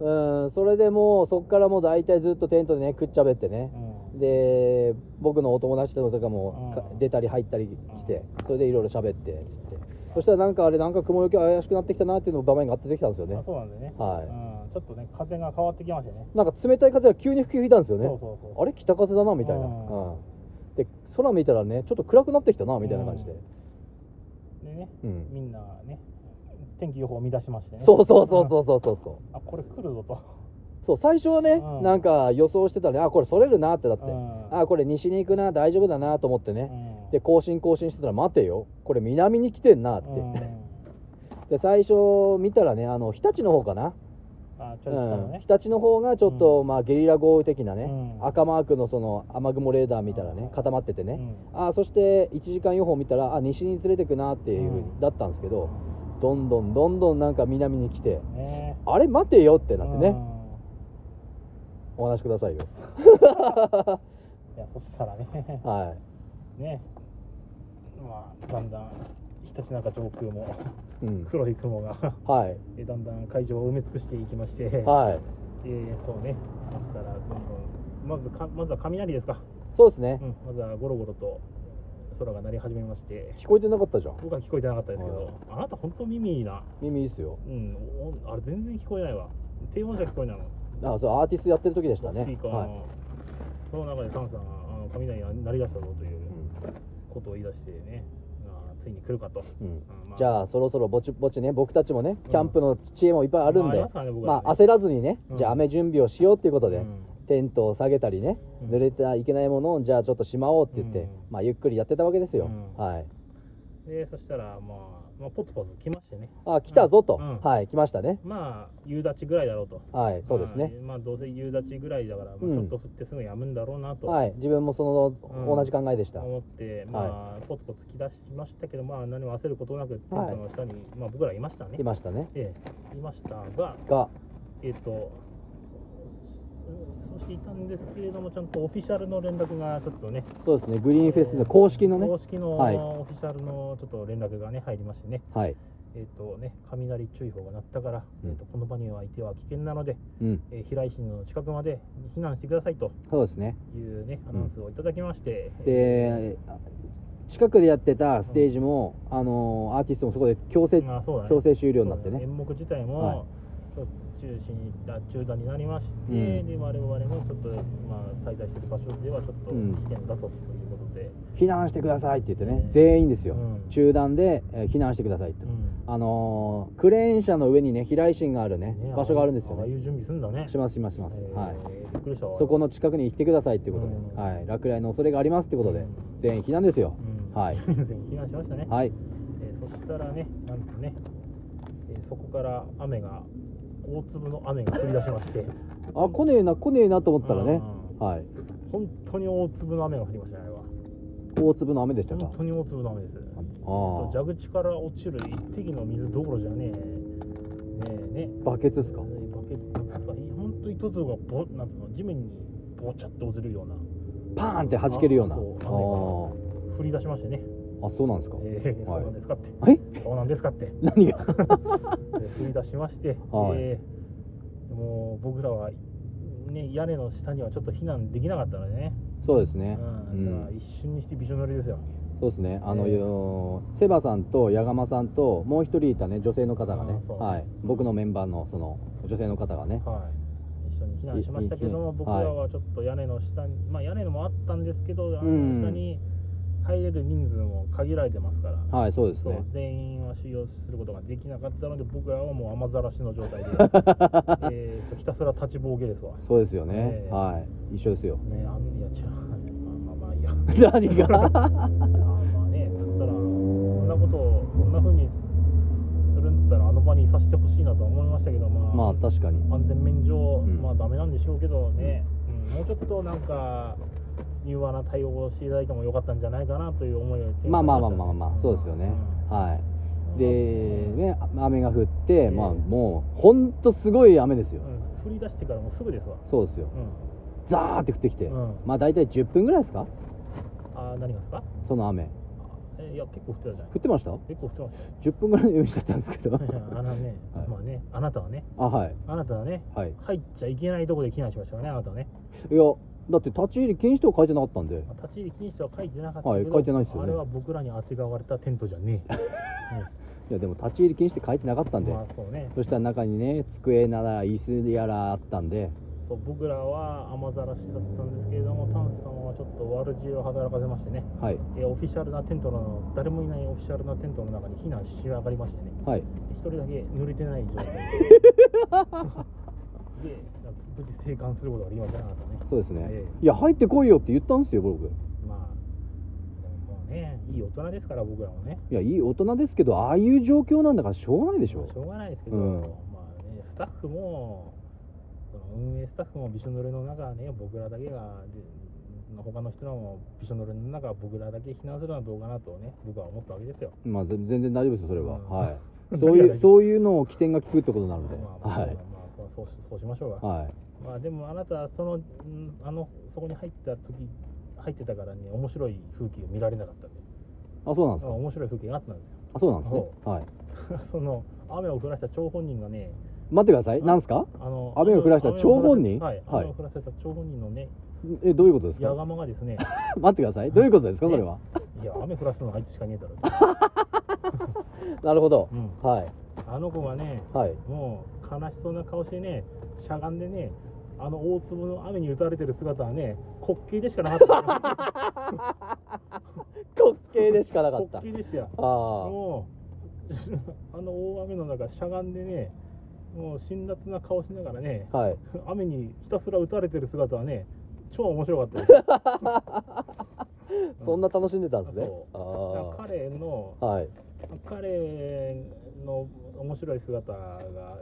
うん、それでもうそっからもう大体ずっとテントでね食っちゃべってねう、んうんで僕のお友達とかもうかん出たり入ったり来てそれでいろいろ喋ってつってそしたらなんかあれなんか雲よけ怪しくなってきたなっていうの場面が出てきたんですよねあそうなんでね、はいうん、ちょっとね風が変わってきましたねなんか冷たい風が急に吹き吹いたんですよねそうそうそうあれ北風だなみたいな、ううんんで空見たらねちょっと暗くなってきたなみたいな感じで、でねうんみんなね天気予報を見出しましてねそうそうそうそうそうそうそうあこれ来るぞと、そう最初はね、うんなんか予想してたねあこれそれるなってだって、うんあこれ西に行くな大丈夫だなと思ってね、うんで更新更新してたら待てよこれ南に来てんなって、うん で最初見たらねあの日立の方かな、あちょっとうんね日立の方がちょっと、うんまあ、ゲリラ豪雨的なね、うん赤マークのその雨雲レーダー見たらうねん固まっててうね、んあそして1時間予報見たらあ西に連れてくなっていう風にうんだったんですけど、どんどんどんどんなんか南に来てねあれ待てよってなってね、うんお話しくださいよいやそしたらね はいねまあだんだんひたちなか上空も うん、黒い雲が はい、えだんだん会場を埋め尽くしていきましてえーはい、そうねそしたらどんどんまずかまずは雷ですか、そうですねう、ん、まずはゴロゴロと空が鳴り始めまして聞こえてなかったじゃん、僕は聞こえてなかったですけどあなた本当耳いいな耳いいっすよ、うんおあれ全然聞こえないわ低音じゃ聞こえないのあそう、アーティストやってる時でしたね、スピーカーはい、の、その中でサンさんがあの雷が鳴り出したぞといううことを言い出してねあーついに来るかとんうんうんまじゃあ、そろそろぼちぼちね、僕たちもね、キャンプの知恵もいっぱいあるんで、まあありますからね僕まらあ、ね焦らずにね、うんじゃあ、雨準備をしようっていうことで、うんテントを下げたりね、うん濡れてはいけないものを、じゃあ、ちょっとしまおうって言って、うんまあ、ゆっくりやってたわけですよ、うんはい。でそしたら、まあ、まあポツポツ来ましてねあ、来たぞと、うんはい、来ましたね、まあ夕立ちぐらいだろうとはい、そうですね。まあ、まあどうせ夕立ちぐらいだから、まあ、ちうんょっと降ってすぐやむんだろうなとはい、自分もその、うん同じ考えでした。思って、まあポツポツ来だしましたけどまあ何も焦ることなくテントはいの下に、まあ、僕らいましたねいましたね。ええいましたがが、えっ、とうんそしていたんですけれどもちゃんとオフィシャルの連絡がちょっとねそうですね、グリーンフェスの公式のね公、式のはいオフィシャルのちょっと連絡がね入りましてねはい、えっ、とね雷注意報が鳴ったから、うんえっとこの場にはいては危険なので、うん、えー、平井市の近くまで避難してくださいとそうですね。いうねアナウンスをいただきまして、えで近くでやってたステージも、あのーアーティストもそこで強制、ーまあそうだね強制終了になってねそうだ演目自体も、はいちょっと中止にあ中断になりまして、うんで我々もちょっと、まあ、滞在している場所ではちょっとうん危険だということで、避難してくださいって言ってね、うん全員ですよ、うん中断で、えー避難してくださいと、うんあのークレーン車の上にね飛来心があるねね場所があるんですよああいねう準備するんだねしますしますします、えーはいびっくりしたわそこの近くに来てくださいっていうことで、うんはい、落雷の恐れがありますってことで、うん全員避難ですよ、うんはい 全然避難しましたね、はいえーそしたらねなんとね、えーそこから雨が大粒の雨が降り出しましてあ来ねえな来ねえなと 思ったらね、うんはい本当に大粒の雨が降りましたねあれは大粒の雨でしたか本当に大粒の雨ですああ蛇口から落ちる一滴の水どころじゃねええねバケツですかバケツがい本当糸像がぼなんていうの地面にぼちゃっと落ちるようなパーンって弾けるようなああそ降り出しましてね、ーあそうなんですかえーはいそうなんですかってはいそうなんですかって 何がえー降り出しまして、はいえーもう僕らは、ね、屋根の下にはちょっと避難できなかったのでね、そうですねう、うんだからん一瞬にしてびしょ濡れですよ、そうですねあの、えーよーセバさんと矢釜さんともう一人いたね女性の方があねーそうはい僕のメンバーのその女性の方がねはい、一緒に避難しましたけども、いい僕らはちょっと屋根の下に、まあ、屋根のもあったんですけど、あうんの下に入れる人数も限られてますから。はいそうですそうね全員は使用することができなかったので僕らはもう雨ざらしの状態で、えーとひたすら立ちぼうけですわそうですよね、えーはい一緒です よねあんいや違うまあまあまあいいや何 があーまあねだったらこんなことをこんな風にするんだったらあの場にいさせてほしいなとは思いましたけどまあ、まあ確かに安全面上、うんまあダメなんでしょうけどね、うんもうちょっとなんか柔和な対応をしていただいてもよかったんじゃないかなという思いをまあまあまあまあまあそうですよね、はいでね雨が降って、ーまあもうほんとすごい雨ですよ、うん、降り出してからもうすぐですわそうですようザーって降ってきて、ん、うん、まあ大体10分ぐらいですかあー何がですかその雨えいや結構降ってたじゃない降ってました結構降ってま し10分ぐらいの用意しちゃったんです けどたあのね、はいまあねあなたはねあはいあなたはねはい入っちゃいけないとこで避難しましたよねあなたはねいやだって立ち入り禁止とは書いてなかったんでまあ立ち入り禁止とは書いてなかったけど、はい書いてないですよねあれは僕らにあてがわれたテントじゃねいやでも立ち入り禁止って書いてなかったえんで、まあそうねそしたら中にね机なら椅子やらあったんでそう僕らは雨ざらしだったんですけれどもタンさんはちょっと悪知恵を働かせましてね、はいえーオフィシャルなテントの誰もいないオフィシャルなテントの中に避難し上がりましてねはい一人だけ濡れてない状態でで無事生還することができましたねあなたねそうですね、えいや入ってこいよって言ったんですよ僕まあでももうねいい大人ですから僕らもねいやいい大人ですけどああいう状況なんだからしょうがないでしょしょうがないですけど、うんまあね、スタッフもその運営スタッフもびしょ濡れの中ね僕らだけがで他の人らもびしょ濡れの中僕らだけ避難するのはどうかなとね僕は思ったわけですよまあぜ全然大丈夫ですよそれは、うん はいそういだからうそういうのを起点が聞くってことになるんで、まあまあまあ、はいまあそうそうそうしましょうが、はいまあでもあなたそのんあのそこに入った時入ってたからね面白い風景を見られなかったんであそうなんですか面白い風景があったんですよ あそうなんですねはいその雨を降らした張本人がね待ってくださいあなんですかあの雨を降らした張本人はい、はい雨を降らせた張本人のねえどういうことです矢か釜がですね 待ってくださいどういうことですかそれはいや雨降らすのあいつしかねえだろなるほどう、ん、はいあの子がねはいもう悲しそうな顔してねしゃがんでねあの大粒の雨に打たれてる姿はね滑稽でしかなかった滑稽でしかなか滑ったあ稽でしたよあーもう あの大雨の中しゃがんでねもう辛辣な顔しながらねはい雨にひたすら打たれてる姿はね超面白かったですう そんな楽しんでたんですねそああ彼のはい彼の面白い姿が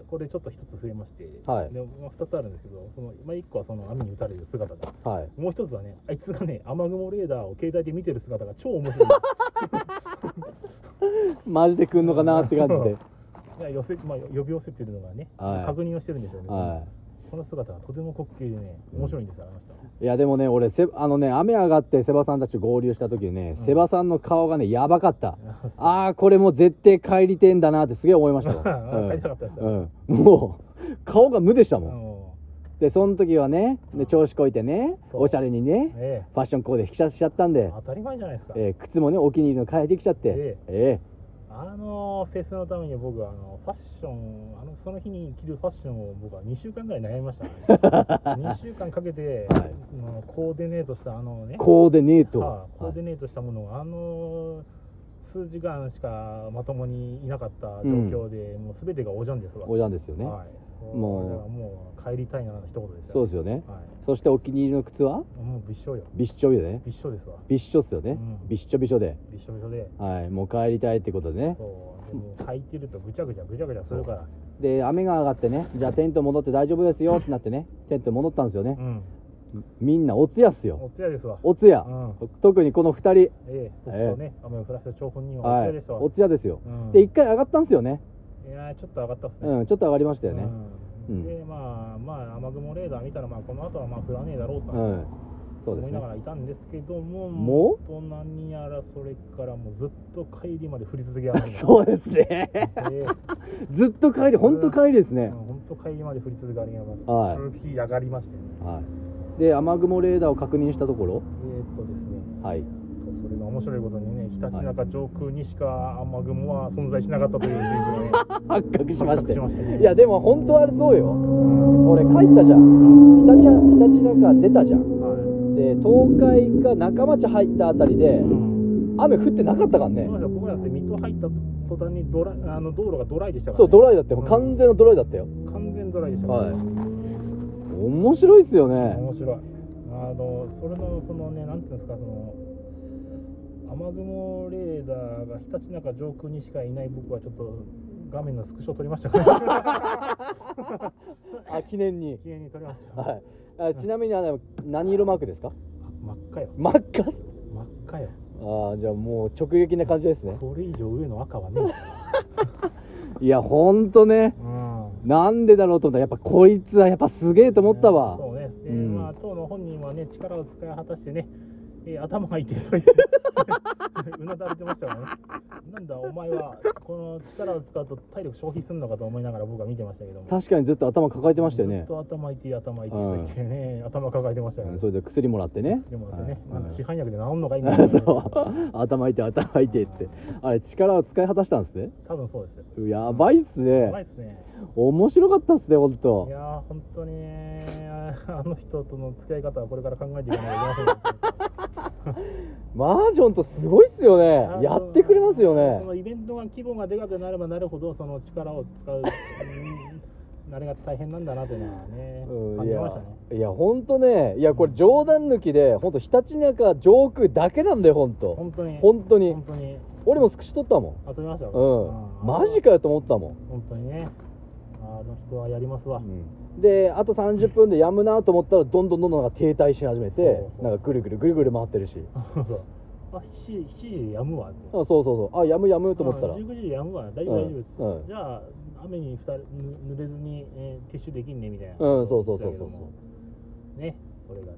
これちょっと一つ増えまして、はいでまあ、2つあるんですけどその、まあ、1個はその雨に打たれる姿だはいもう一つはねあいつがね雨雲レーダーを携帯で見てる姿が超面 白いマジで来んのかなって感じでいや寄せ、まあ、呼び寄せてるのがね、はい確認をしてるんでしょうね、はこの姿がとても滑稽でね面白いんですよあの人いいやでもね俺セあのね雨上がってセバさんたちと合流した時にね、うんセバさんの顔がねやばかったあああこれもう絶対帰りてんだなってすげえ思いましたよ 帰りたかったですうよ、ん、うん、もう顔が無でしたあもんのでその時はねで調子こいてねそうおしゃれにねえファッションコーデ引き出しちゃったんえで、当たり前じゃないですか、えー靴もねお気に入りの変えてきちゃってえええあのフェスのために僕はあのファッションあのその日に着るファッションを僕は2週間ぐらい悩み ました、ね、2週間かけて、はいあのコーディネートしたあのねコーディネート、はあコはーいディネートしたものがあの数時間しかまともにいなかった状況で、もう全てがおじゃんですわおじゃんですよね、はい、そうもうだからもう帰りたいなの一言ですよそうですよねは、そしてお気に入りの靴はいもうびっしょよびっしょびでねびっしょですわびっしょっすよね、うんびっしょびしょでびっしょびしょではいもう帰りたいってことでねそうでもう履いてるとぐちゃぐちゃぐちゃぐちゃするからで雨が上がってねじゃあテント戻って大丈夫ですよってなってねテント戻ったんですよねう、んみんなおつやっすよおつやですわおつやう、ん特にこの2人ええ、ええ僕とね、雨を降らせた張本人はおは疲れいでしたわ。おつやですようんで1回上がったんですよねいやーちょっと上がったっすね、うん、ちょっと上がりましたよね。うんうんでまあまあ雨雲レーダー見たらまあこの後はまあ降らねえだろうとうん、そうです思いなねが。らいたんですけども、もう何やらそれからもうずっと帰りまで降り続けやがるそうですね。 でずっと帰り、本当帰りですね。本当帰りまで降り続けやがります、はい続き上がりましてねはい。で、雨雲レーダーを確認したところ。えーっとですね はい。それが面白いことにねひたちなか上空にしか雨雲は存在しなかったという事実がね発覚しまして発覚しましたねいやでも本当あれそうよ俺帰ったじゃんひたちゃひたちなか出たじゃんはいで東海か中町入ったあたりでうん雨降ってなかったからねそうですよ僕らだって水戸入った途端にドラあの道路がドライでしたから、ね、そうドライだってうん完全なドライだったよ完全ドライでしたから、はい面白いっすよね面白いあのそれのそのねなんていうんですかその雨雲レーダーがひたちなか上空にしかいない僕はちょっと画面のスクショ撮りましたから あ記念に綺麗に撮りました、はいあちなみにあの何色マークですかあ真っ赤よ真っ赤っす真っ赤よああじゃあもう直撃な感じですねこれ以上上の赤はね、いやほんとねうんなんでだろうと思ったらやっぱこいつはやっぱすげえと思ったわそうねで、うんまあ当の本人はね力を使い果たしてね、えー頭がいてると言って うなだれてましたからねなんだお前はこの力を使うと体力消費するのかと思いながら僕は見てましたけども確かにずっと頭抱えてましたよねずっと頭痛い頭痛いと言ってね、頭抱えてましたようねんそれで薬もらってねでもだってね、はいなんか市販薬で治ん のかいみたあいなそう頭痛い頭痛いってあれ力を使い果たしたんですね多分そうですよやばいっすやばねいですね面白かったっすねほんいとやー本当にねあの人との付き合い方はこれから考えていかなきゃいけませんよマージョンとすごいっすよあのねやってくれますよそねのイベントが規模がでかくなればなるほどその力を使ううんあれが大変なんだなというのはね、うん感いじやましたねいやほんとねいやこれ冗談抜きでほんとひたちなか上空だけなんだよほんと本当に本当に本当に俺もスクショ撮ったも当たりましたよ、んうんあマジかよと思ったもん本当にねあの人はやりますわ、であと30分でやむなと思ったらどんどんどんどんなんか停滞し始めてそうそうなんかぐるぐるぐるぐる回ってるし そうあ7時7時でやむわってあそうそうそうあやむやむと思ったらうん19時でやむわ大丈う夫ん大丈夫、うんじゃあ雨にふたぬ濡れずに、えー撤収できんねみたいなうんそうそうそうそうだけどもねこれが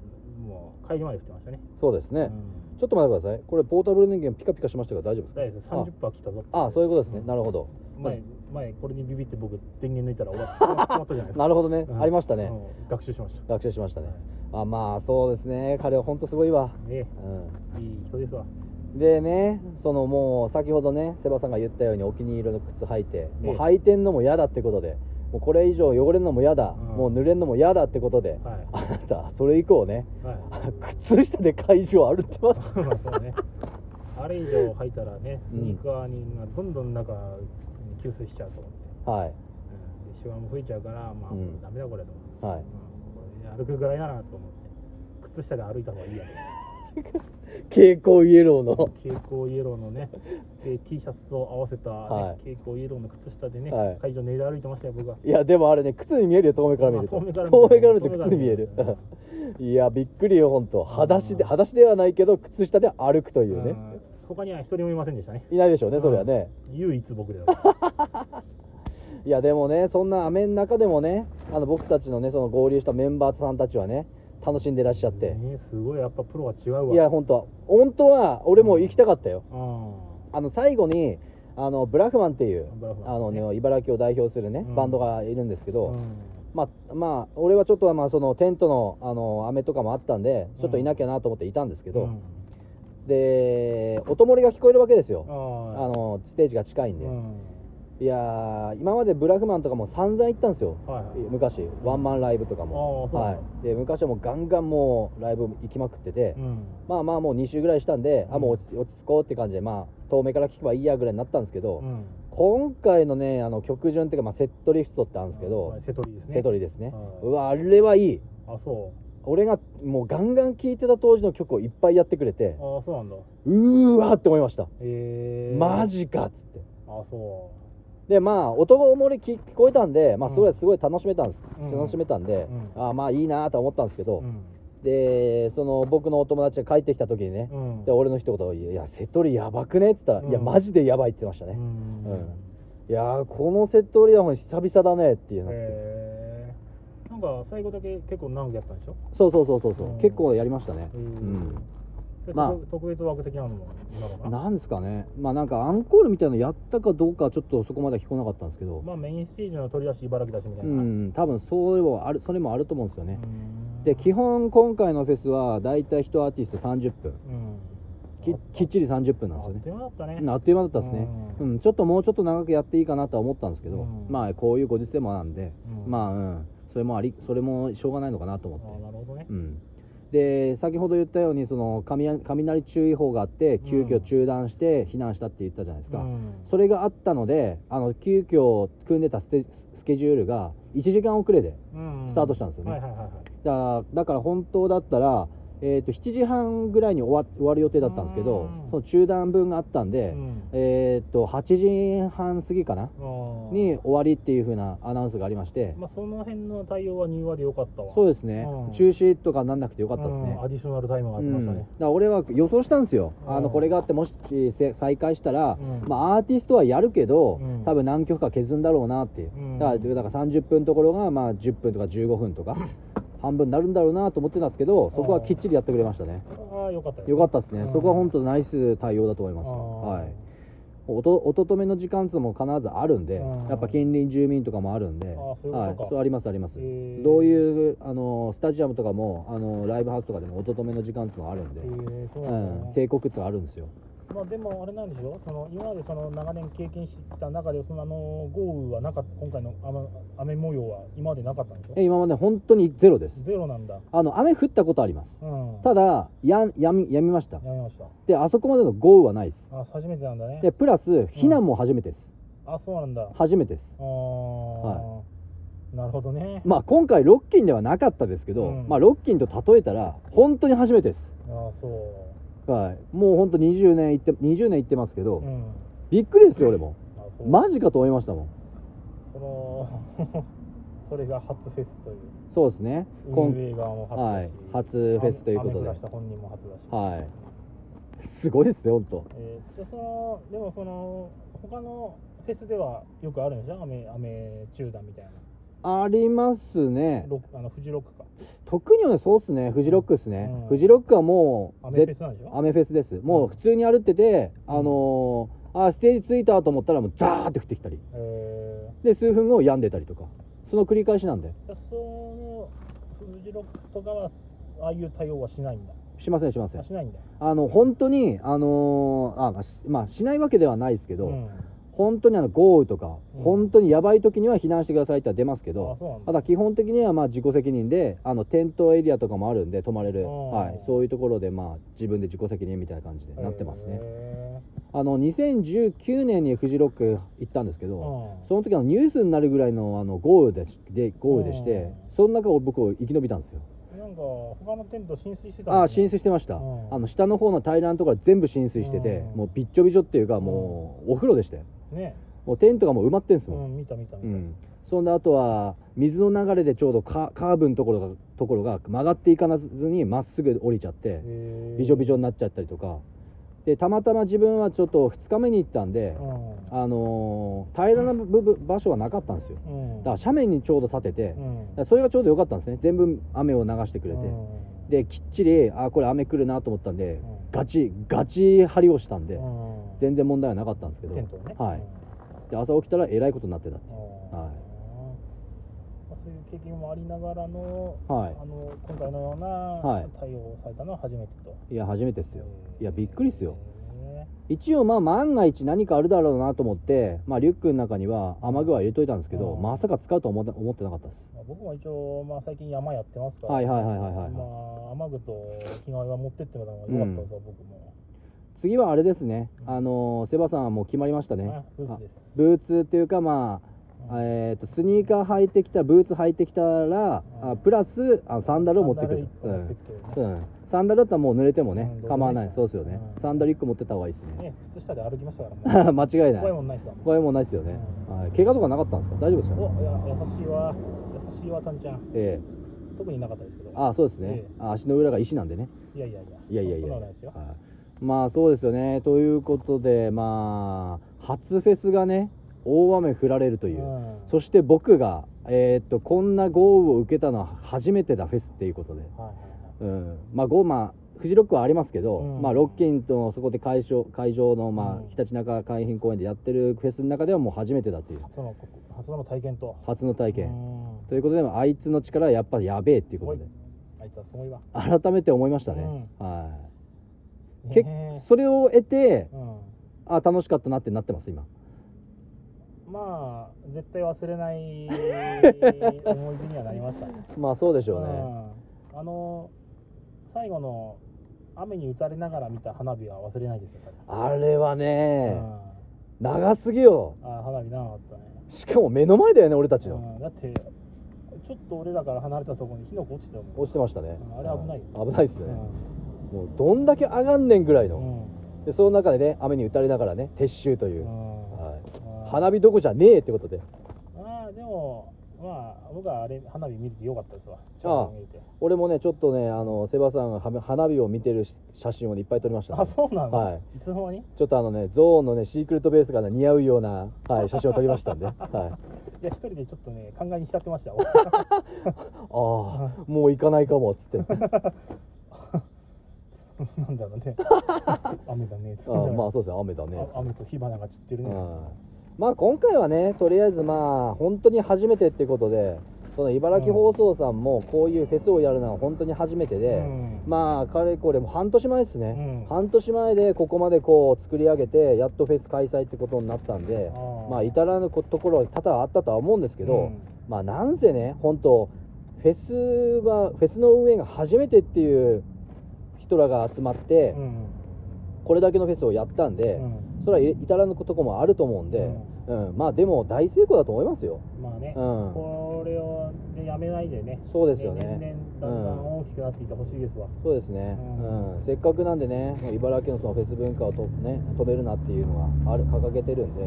もう帰りまで降ってましたねそうですね、うんちょっと待ってくださいこれポータブル人間ピカピカしましたけど大丈夫大で丈夫すですか30パー来たぞああそういうことですね、なるほどうん前前これにビビって僕電源抜いたら終わ っ終わったじゃないですかなるほどね、うんありましたね、うん学習しました学習しましたねあまあそうですね彼は本当すごいわ、ねういい人ですわん、でねそのもう先ほどねセバさんが言ったようにお気に入りの靴履いてもうええ履いてんのも嫌だってことでもうこれ以上汚れるのも嫌だ、うんもう濡れるのも嫌だってことで、はいあなたそれ以降ねはい 靴下で会場歩いてますそうだねあれ以上履いたらねスニーカーにがどんどん中に吸水しちゃうと思って、はいうん、でシワも吹いちゃうからまあ、うんダメだこれと思って、はいうんこれ歩くぐらいならと思って靴下で歩いた方がいいやと蛍光イエローの蛍光イエロー のねで T シャツを合わせた、ねはい蛍光イエローの靴下でね、はい会場練り歩いてましたよ僕は。いやでもあれね靴に見えるよ遠目から見るとあ遠目から遠目から見見るるとと靴に見える遠目から いやびっくりよ本当裸足でうん裸足ではないけど靴下で歩くというねうん他には一人もいませんで したねいないでしょうねそれはね唯一僕でだからいやでもねそんな雨の中でもねあの僕たちのねその合流したメンバーさんたちはね楽しんでらっしゃってねすごいやっぱプロは違うわいや本当本当は俺も行きたかったようあの最後にあのブラフマンっていうブラフマンあのね茨城を代表するねうんバンドがいるんですけど、んまあまあ俺はちょっとまあそのテントのあの雨とかもあったんでちょっといなきゃなと思っていたんですけど、うんで音漏れが聞こえるわけですよ、ああのステージが近いんで、うんいやー今までブラフマンとかも散々行ったんですよはいはい昔ワンマンライブとかも、あーそうなんだはい、で昔はもうガンガンもうライブ行きまくってて、うんまあまあもう2週ぐらいしたんで、あうんもう落ち落ち着こうって感じでまあ遠目から聞けばいいやぐらいになったんですけど、うん今回のねあの曲順っていうか、まあ、セットリストってあるんですけど、はい瀬戸りですねセトリですね、はいうわあれはいいあそ俺がもうガンガン聴いてた当時の曲をいっぱいやってくれてうあそうなんだうーわーって思いました、えー、マジかっつってあそでまあ音が漏れ聞聞こえたんで、まあ、うんそれはすごい楽しめたんです、うん楽しめたんで、うあーまあいいなと思ったんですけうど、うんでその僕のお友達が帰ってきた時にね、うんで俺の一言「いや瀬戸りやばくね?」っつったら「うんいやマジでやばい」って言ってましたね、うんうんいやーこのセット売りはもう久々だねっていうの、へえなんか最後だけ結構長くやったんでしょ、そうそうそうそうそう、うん結構やりましたねううんでまあ特特別枠的なのもなのかななんですかねまあなんかアンコールみたいなのやったかどうかはちょっとそこまでは聞こなかったんですけど、まあメインステージの取り出し茨城だしみたいうな、ん多分そうもあるそれもあると思うんですよね、うんで基本今回のフェスはだいたい1アーティスト30分うんききっちり30分なんあですよっねという間だったねうんあっという間だったですね、ううんんちょっともうちょっと長くやっていいかなとは思ったんですけど、うんまあこういうご時世もなんで、うんまあ、うん、それもありそれもしょうがないのかなと思あってなるほどねうん、で先ほど言ったようにその雷雷注意報があって急う遽ん中断して避難したって言ったじゃないですか、うんそれがあったのであの急遽組んでたステスケジュールが1時間遅れでうんスタートしたんですよねはいはいはいはいだだから本当だったら、えー、と7時半ぐらいに終わ終わる予定だったんですけど、うんその中断分があったんで、うんえー、と8時半過ぎかなあーに終わりっていう風なアナウンスがありまして、まあその辺の対応は柔和で良かったわそううですね、うん中止とかなんなくてよかったですね、んアディショナルタイムがあってまうしんただねから俺は予想したんですよ、うんあのこれがあってもしせ再開したら、うんまあ、アーティストはやるけど、うん多分何曲か削るんだろうなっていう、うんだからだから30分のところがまあ10分とか15分とか、半分になるんだろうなと思ってたんですけどそこはきっちりやってくれましたね、ああ良かったよかったですね、うんそこは本当ナイス対応だと思います、あーはいおとおととめの時間っていうのも必ずあるんで、うんやっぱ近隣住民とかもあるんで、ーそういうことかはい、そうありますあります、へーどういうあのスタジアムとかもあのライブハウスとかでもおととめの時間っていうのがあるんで、えーそううなんだねん、警告ってあるんですよまあ、でもあれなんでしょう、その今までその長年経験してきた中で、そのあの豪雨はなかった、今回の雨雨模様は今までなかったんでしょえ今まで本当にゼロですゼロなんだ。あの雨降ったことありますうん。ただやんやみやみましたやめました。であそこまでの豪雨はないですあ、初めてなんだね。でプラス避難も初めてです、あ、そうなんだ。あ初めてですあー、なるほどね。まあ今回ロッキンではなかったですけど、うんまあロッキンと例えたら本当に初めてですあ、そう。はいもう本当20年行って20年行ってますけど、うん。びっくりですよ俺もあ、そう。マジかと思いましたもんその それが初フェスという。そうですねこん運営側も初だしはい初フェスということで雨降らした本人も初だし。はいすごいですね本当えー、でそのでもその他のフェスではよくあるんでしょ雨雨中断みたいなありますねロックあのフジロックか特にねそうっすねフジロックですね、うんフジロックはもう雨フぜェスなんでしょ雨フェスですもう普通に歩ってて、あのーあーステージ着いたと思ったらもうザーって降ってきたりえで数分後病んでたりとかその繰り返しなんでー、そのフジロックとかはああいう対応はしないんだしませんしませんあしないんだあの本当にあのーあしまあしないわけではないですけど、うん、あ本当にあの豪雨とか、うん本当にやばい時には避難してくださいっては出ますけど、そうなんただだ基本的にはまあ自己責任であの店頭エリアとかもあるんで泊まれる、あーはい、そういうところでまあ自分で自己責任みたいな感じでなってますね、えあの2019年にフジロック行ったんですけーど、うんその時はニュースになるぐらいのあの豪雨でしで豪雨でして、うんその中を僕を生き延びたんですよ、なんか他のテント浸水してたああ浸水水してました、うんあの下の方の平らなところは全部浸水してて、うんもうびっちょびちょっていうかもうお風呂でしたよねもうテントがもう埋まってんすうもん、ん見た見た見うた、ん、そんであとは水の流れでちょうどカカーブのところがところが曲がっていかなずにまっすぐ降りちゃってえーびちょびちょになっちゃったりとかでたまたま自分はちょっと2日目に行ったんでう、んあのー平らな部分場所はなかったんですようんだから斜面にちょうど立ててう、んだからそれがちょうど良かったんですね全部雨を流してくれて、うんできっちりあこれ雨来るなと思ったんで、んガチガチ張りをしたんで、うん全然問題はなかったんですけどテントねはいうんで朝起きたらえらいことになってたってははいそういう経験もありながらの,、はいあの今回のようはいな対応をされたのは初めてと、いや初めてですよいやびっくりっすよへ一応まあ万が一何かあるだろうなと思って、まあ、リュックの中には雨具は入れといたんですけど、うんまさか使うとは思って思ってなかったですーまあ、僕も一応、まあ、最近山やってますから、はいはいはいはいはい、まあ、雨具と着替えは持ってってもらったのが良かったですわ、僕も、次はあれですねあのーセバさんはもう決まりましたねあブーツです、ブーツっていうかまあ、うんえー、とスニーカー履いてきたブーツ履いてきたら、うんあプラスあサンダルを持ってくサンるダル一、個持ってきうてんうん、サンダルだったらもう濡れてもね、うんどうでも構わないいいからそうですよね、うんサンダル1個持ってった方がいいですねね靴下で歩きましたから も間違いうない怖いもんないですわ怖いもんないですよね、はい、怪我とかなかったんですか大丈夫ですかおいや優しいわ優しいわたんちゃんえ特になかったですけどえあそうですねえ、あ足の裏が石なんでねいやいやいいややいやいやそんなことないですよ、はいまあそうですよねということでまあ初フェスがね大雨降られるとという、そして僕が、えーっとこんな豪雨を受けたのは初めてだフェスっていうことで、はいはいうん、まあ、ゴーマフジロックはありますけど、うんまあ、ロッキンとそこで会場会場の、まうんあ、ひたちなか海浜公園でやってるフェスの中ではもう初めてだという初のこ初の体験と初の体験、うんということであいつの力はやっぱりやべえっていうことであいつはすごいわ改めて思いましたね、はいけねそれを得てえうんあ楽しかったなってなってます今まあ絶対忘れない思い出にはなりましたねまあそうでしょうね、うんあの最後の雨に打たれながら見た花火は忘れないですよ多分あれはね、う長すぎよんあ花火なかったねしかも目の前だよね俺たちの、うんだってちょっと俺らから離れたところに火の粉落ちてたもん落ちてましたね、うんあれ危ないようん危ないっすうよんね、もうどんだけ上がんねんぐらいの、うんでその中でね雨に打たれながらね撤収という、うんはうい、ん花火どこじゃねえってことでまあでもまあ僕はあれ花火見れてよかったですわああ見れて俺もねちょっとねあのセバさんがはめ花火を見てる写真をねいっぱい撮りましたね、あそうなの、はいいつの間にいちょっとあのねゾーンのねシークレットベースがね似合うような、はい、写真を撮りましたんで、はい、あや一人でちょっとね考えに浸っ てましたよあもう行かないかもっつ ってあなんだろうね 雨だねあまあそうですね雨だねあ雨と火花が散ってるねはいまあ今回はねとりあえずまあ本当に初めてってことでその茨城放送さんもこういうフェスをやるのは本当に初めてで、うんまあかれこれもう半年前ですね、うん半年前でここまでこう作り上げてやっとフェス開催ってことになったんでああまあ至らぬこところは多々あったとは思うんですけど、うんまあなんせね本当フェスがフェスの運営が初めてっていう人らが集まって、うんこれだけのフェスをやったんで、うんそれは至らぬとこもあると思うんで、うんまあでも大成功だと思いますよ、まあね、うんこれを、ね、やめないでねそうですよね年々だんだん大きくなっていってほしいですわ、そうですね、ううんんせっかくなんでね、もう茨城のそのフェス文化をと、ね、止めるなっていうのはある掲げてるんで、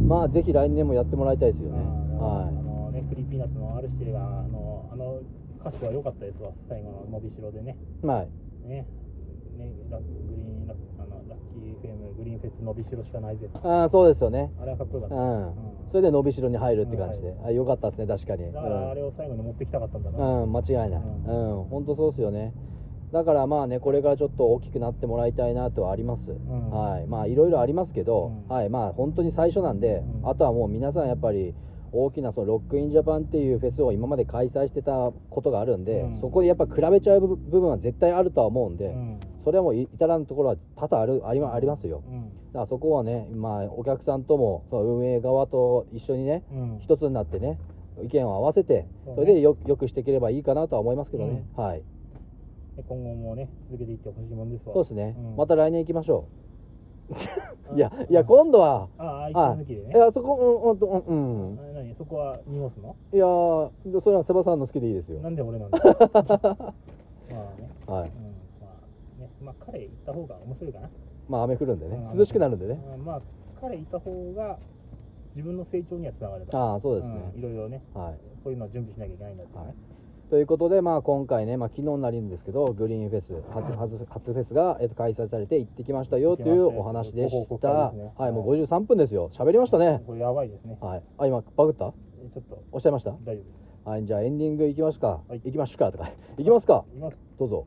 うんまあぜひ来年もやってもらいたいですよね、あはあのね、クリーピーナッツの R 指定があのあの歌詞は良かったですわ最後の伸びしろでねい、まあ、ねねラグリーンラあのラッキー FM グリーンフェス伸びしろしかないぜあーそうですよね、あれはかっこよかっうた、ん、うんそれで伸びしろに入るって感じで、あよかったですね、確かに。だからあうれを最後に持ってきたかったんだな、ん、うん、間違いない、ううん、本当そうですよね。だからまあね、これからちょっと大きくなってもらいたいなとはあります。んはい、まあいろいろありますけど、うんはい、まあ本当に最初なんで、うんあとはもう皆さんやっぱり大きなそのロックインジャパンっていうフェスを今まで開催してたことがあるんで、うんそこでやっぱ比べちゃう部部分は絶対あるとは思うんで、うんそれはもうい至らぬところは多々あるありまありますよ。だからそこはね、まあお客さんともその運営側と一緒にね、うんうん一つになってね、意見を合わせて、そうそねれでよよくしていければいいかなとは思いますけどね。はい、で今後もね続けていってほしいもんですわそうですね。うんまた来年行きましょうう。んいやいや今度は。あああ相手抜きでねいやそこうんうんうんうんあれ何そこは濁すのいやーそれはセバさんの好きでいいですよなんで俺なんだ まあねはいうんまあねまあ彼行った方が面白いかなまあ雨降るんでねうん涼しくなるんでねうんまあ彼いた方が自分の成長にはつながればああそうですねんいろいろねはいこういうのは準備しなきゃいけないんだってね、はいということでまあ今回ねまあ昨日になるんですけどグリーンフェス初初初フェスがえっと開催されて行ってきましたよというお話で行したってきましたよご報告会ですねはいもう53分ですよ喋りましたねこれやばいですねはいあ今バグったえちょっとおっしゃいました大丈夫ではいじゃあエンディング行きますかはい行きますかとか行きますかすいきますどうぞ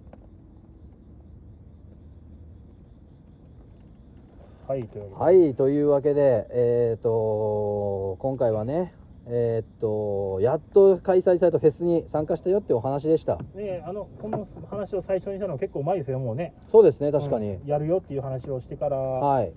はいというわはけでいというわけでえっ、と今回はねえっ、とやっと開催されたフェスに参加したよってお話でしたねえあのこの話を最初にしたの結構うまいですよもうねそうですね確かに、うんやるよっていう話をしてから、はい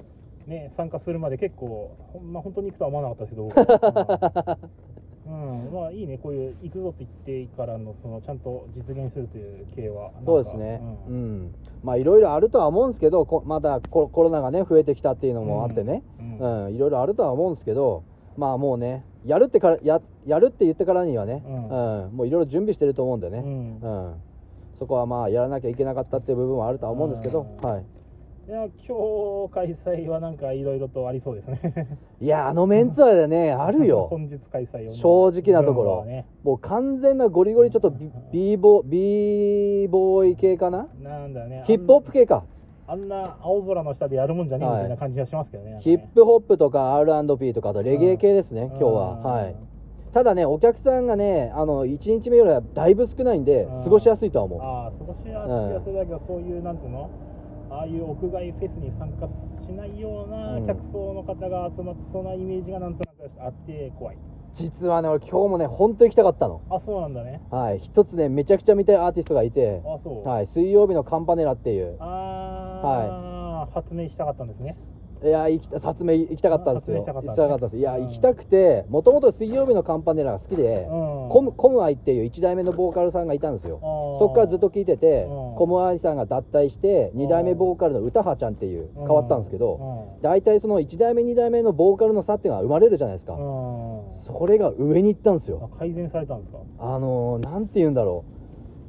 ね、参加するまで結構ほんま本当に行くとは思わなかったですけど 僕うん、うんまあいいねこういう行くぞって言ってからのそのちゃんと実現するという系はなんかそうですねううんん、まあいろいろあるとは思うんですけどこまだコロコロナがね増えてきたっていうのもあってねうんうんうんいろいろあるとは思うんですけどまあもうねやるってからややるって言ってからにはね、ううんんもういろいろ準備してると思うんでうね、んうんそこはまあやらなきゃいけなかったっていう部分はあるとは思うんですけど、うんはいいや今日開催はなんかいろいろとありそうですねいやあのメンツは ね あるよ本日開催をね正直なところうんねもう完全なゴリゴ リちょっとビビーボービーボーイ系かななんだねヒップホップ系かああんな青空の下でやるもんじゃねえみたいな感じがしますけどね、なんかヒねップホップとか R&B とかあとレゲエ系ですね、今日は、うんはい、ただねお客さんがねあの1日目よりはだいぶ少ないんでうん過ごしやすいとは思うああ過ごしやすいはそうだけど、そういうなんつうのああいう屋外フェスに参加しないようなうん客層の方が集まってそうなイメージがなんとなくあって怖い実はね俺今日もね本当行きたかったのあそうなんだねはい一つねめちゃくちゃ見たいアーティストがいてあそう、はい水曜日のカンパネラっていうああ、発明したかったんですねいや行きた発明行きたかったんですよあ発行明しきたたかかっったでたんですすいねやうん行きたくてもともと水曜日のカンパネラが好きで、うんコムコムアイっていう1代目のボーカルさんがいたんですよそそこからずっと聞いてて、うんコムアイさんが脱退してうん2代目ボーカルの歌葉ちゃんっていう変わったんですけど、ど大体その1代目2代目のボーカルの差っていうのは生まれるじゃないですか、それが上に行ったんですよ改善されたんですかあのー、なんて言うんだろ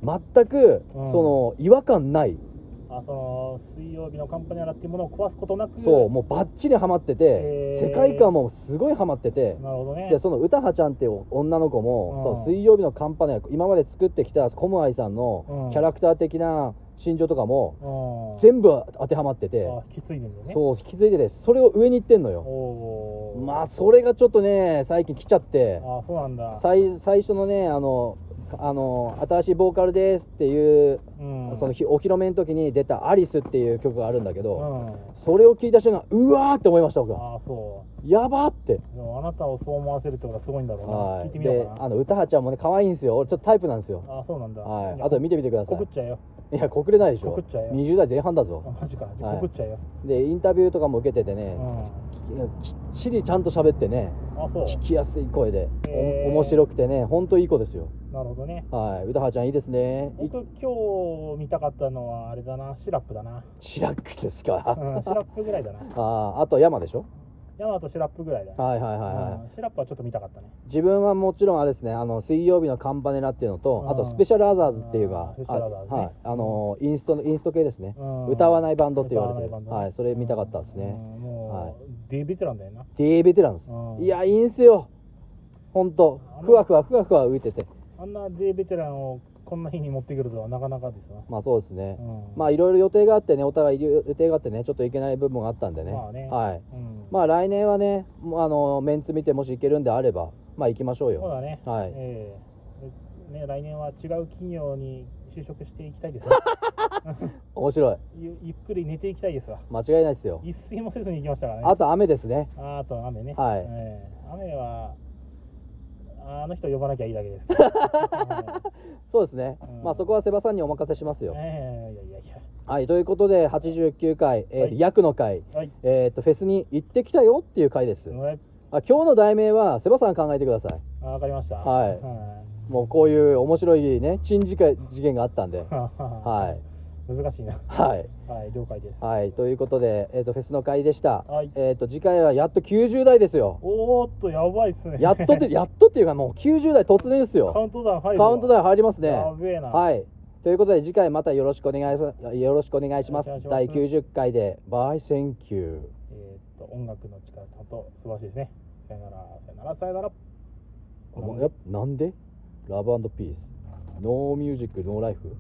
う全くそうんの違和感ない、あその水曜日のカンパネラっていうものを壊すことなくそうもうバッチリハマっててへー世界観もすごいハマっててなるほどねでその歌葉ちゃんっていう女の子も、そうんの水曜日のカンパネラ今まで作ってきたコムアイさんのうんキャラクター的な心情とかもうん全部当てはまってて、あ引き継いでるんだねそう引き継いでてそれを上に行ってんのよおーまあそれがちょっとね最近来ちゃってあそうなんだ、最最初のねあのあの新しいボーカルですっていう、うん、その日お披露目の時に出た「アリス」っていう曲があるんだけうど、ん、それを聞いた瞬間うわーって思いました僕はああそやばーって、うでもあなたをそう思わせるってことはすごいんだろうな、は聞いていみようでかなあの歌葉ちゃんもね可愛いんですよ俺ちょっとタイプなんですよああそうなんだ、はいじゃあと見てみてくださこぶっいちゃえよいや告れないでしょ告っちゃえよ20代前半だあぞマジかじゃあはい告っちゃえよ、でインタビューとかも受けててね、うききっちりちゃんと喋ってねん、あそう聞きやすい声で、おへー面白くてね、本当いい子ですよ。なるほどねはい、歌葉ちゃんいいですね。い僕今日見たかったのはあれだなシラップだな、シラックですうか。 ん、シラップぐらいだなああ、あと山でしょ。ヤマトシラップぐらいだね、はいはいはいはうんシラップはちょっと見たかったねい。自分はもちろんあれですね、あの水曜日のカンパネラっていうのとう、んあとスペシャルアザーズっていううんかスペ、シあャルアザーズねはい、あのーインストのインスト系ですね。うん歌わないバンドって言われてる歌わないバンドねはいそれ見たかったですねうんもう、デベテランだよなデーベテランですう。んいやいいんすよ。本当、ふわふわふわふわ浮いてて、あんなデベテランをこんな日に持ってくるとはなかなかですな、まあそうですねう。んまあいろいろ予定があってね、お互い予定があってね、ちょっといけない部分があったんでね。まあねはい。うんまあ来年はね、もうあのメンツ見てもし行けるんであれば、まあ行きましょうそよ。うだね、はいええね、来年は違う企業に就職していきたいですね 面白い。ゆゆっくり寝ていきたいですわ間違いないですよ。一睡もせずに行きましたからねあと雨ですね。ああと雨ね、はいええ雨はあの人呼ばなきゃいいだ けですから、そうですねう。んまあそこはセバさんにお任せしますえよ。えいやいやいはい、ということで89回、えはー、いヤクの会、やはいえーっとフェスに行ってきたよっていう回です。あ今日の題名はセバさん考えてください。あわかりましたはいはもうこういう面白いね、珍事件事件があったんで。ははい。い、難しいなはい。はい了解ですはい。ということで、えーっとフェスの会でした。はいえーっと次回はやっと90代ですよ。おーっとやばいっすねやっとって、やっとっていうかもう90代突入ですよ。 カウントダウン入るカウントダウン入りますね。やべえなはい。ということで次回またよろしくお願いしよろしくお願いしますお願い。します第90回でバイセンキュー。えーっと音楽の力ちゃんと素晴らしいですねさよならさよならさよならお前やっぱなんで？ラブピース。ノーミュージックノーライフ。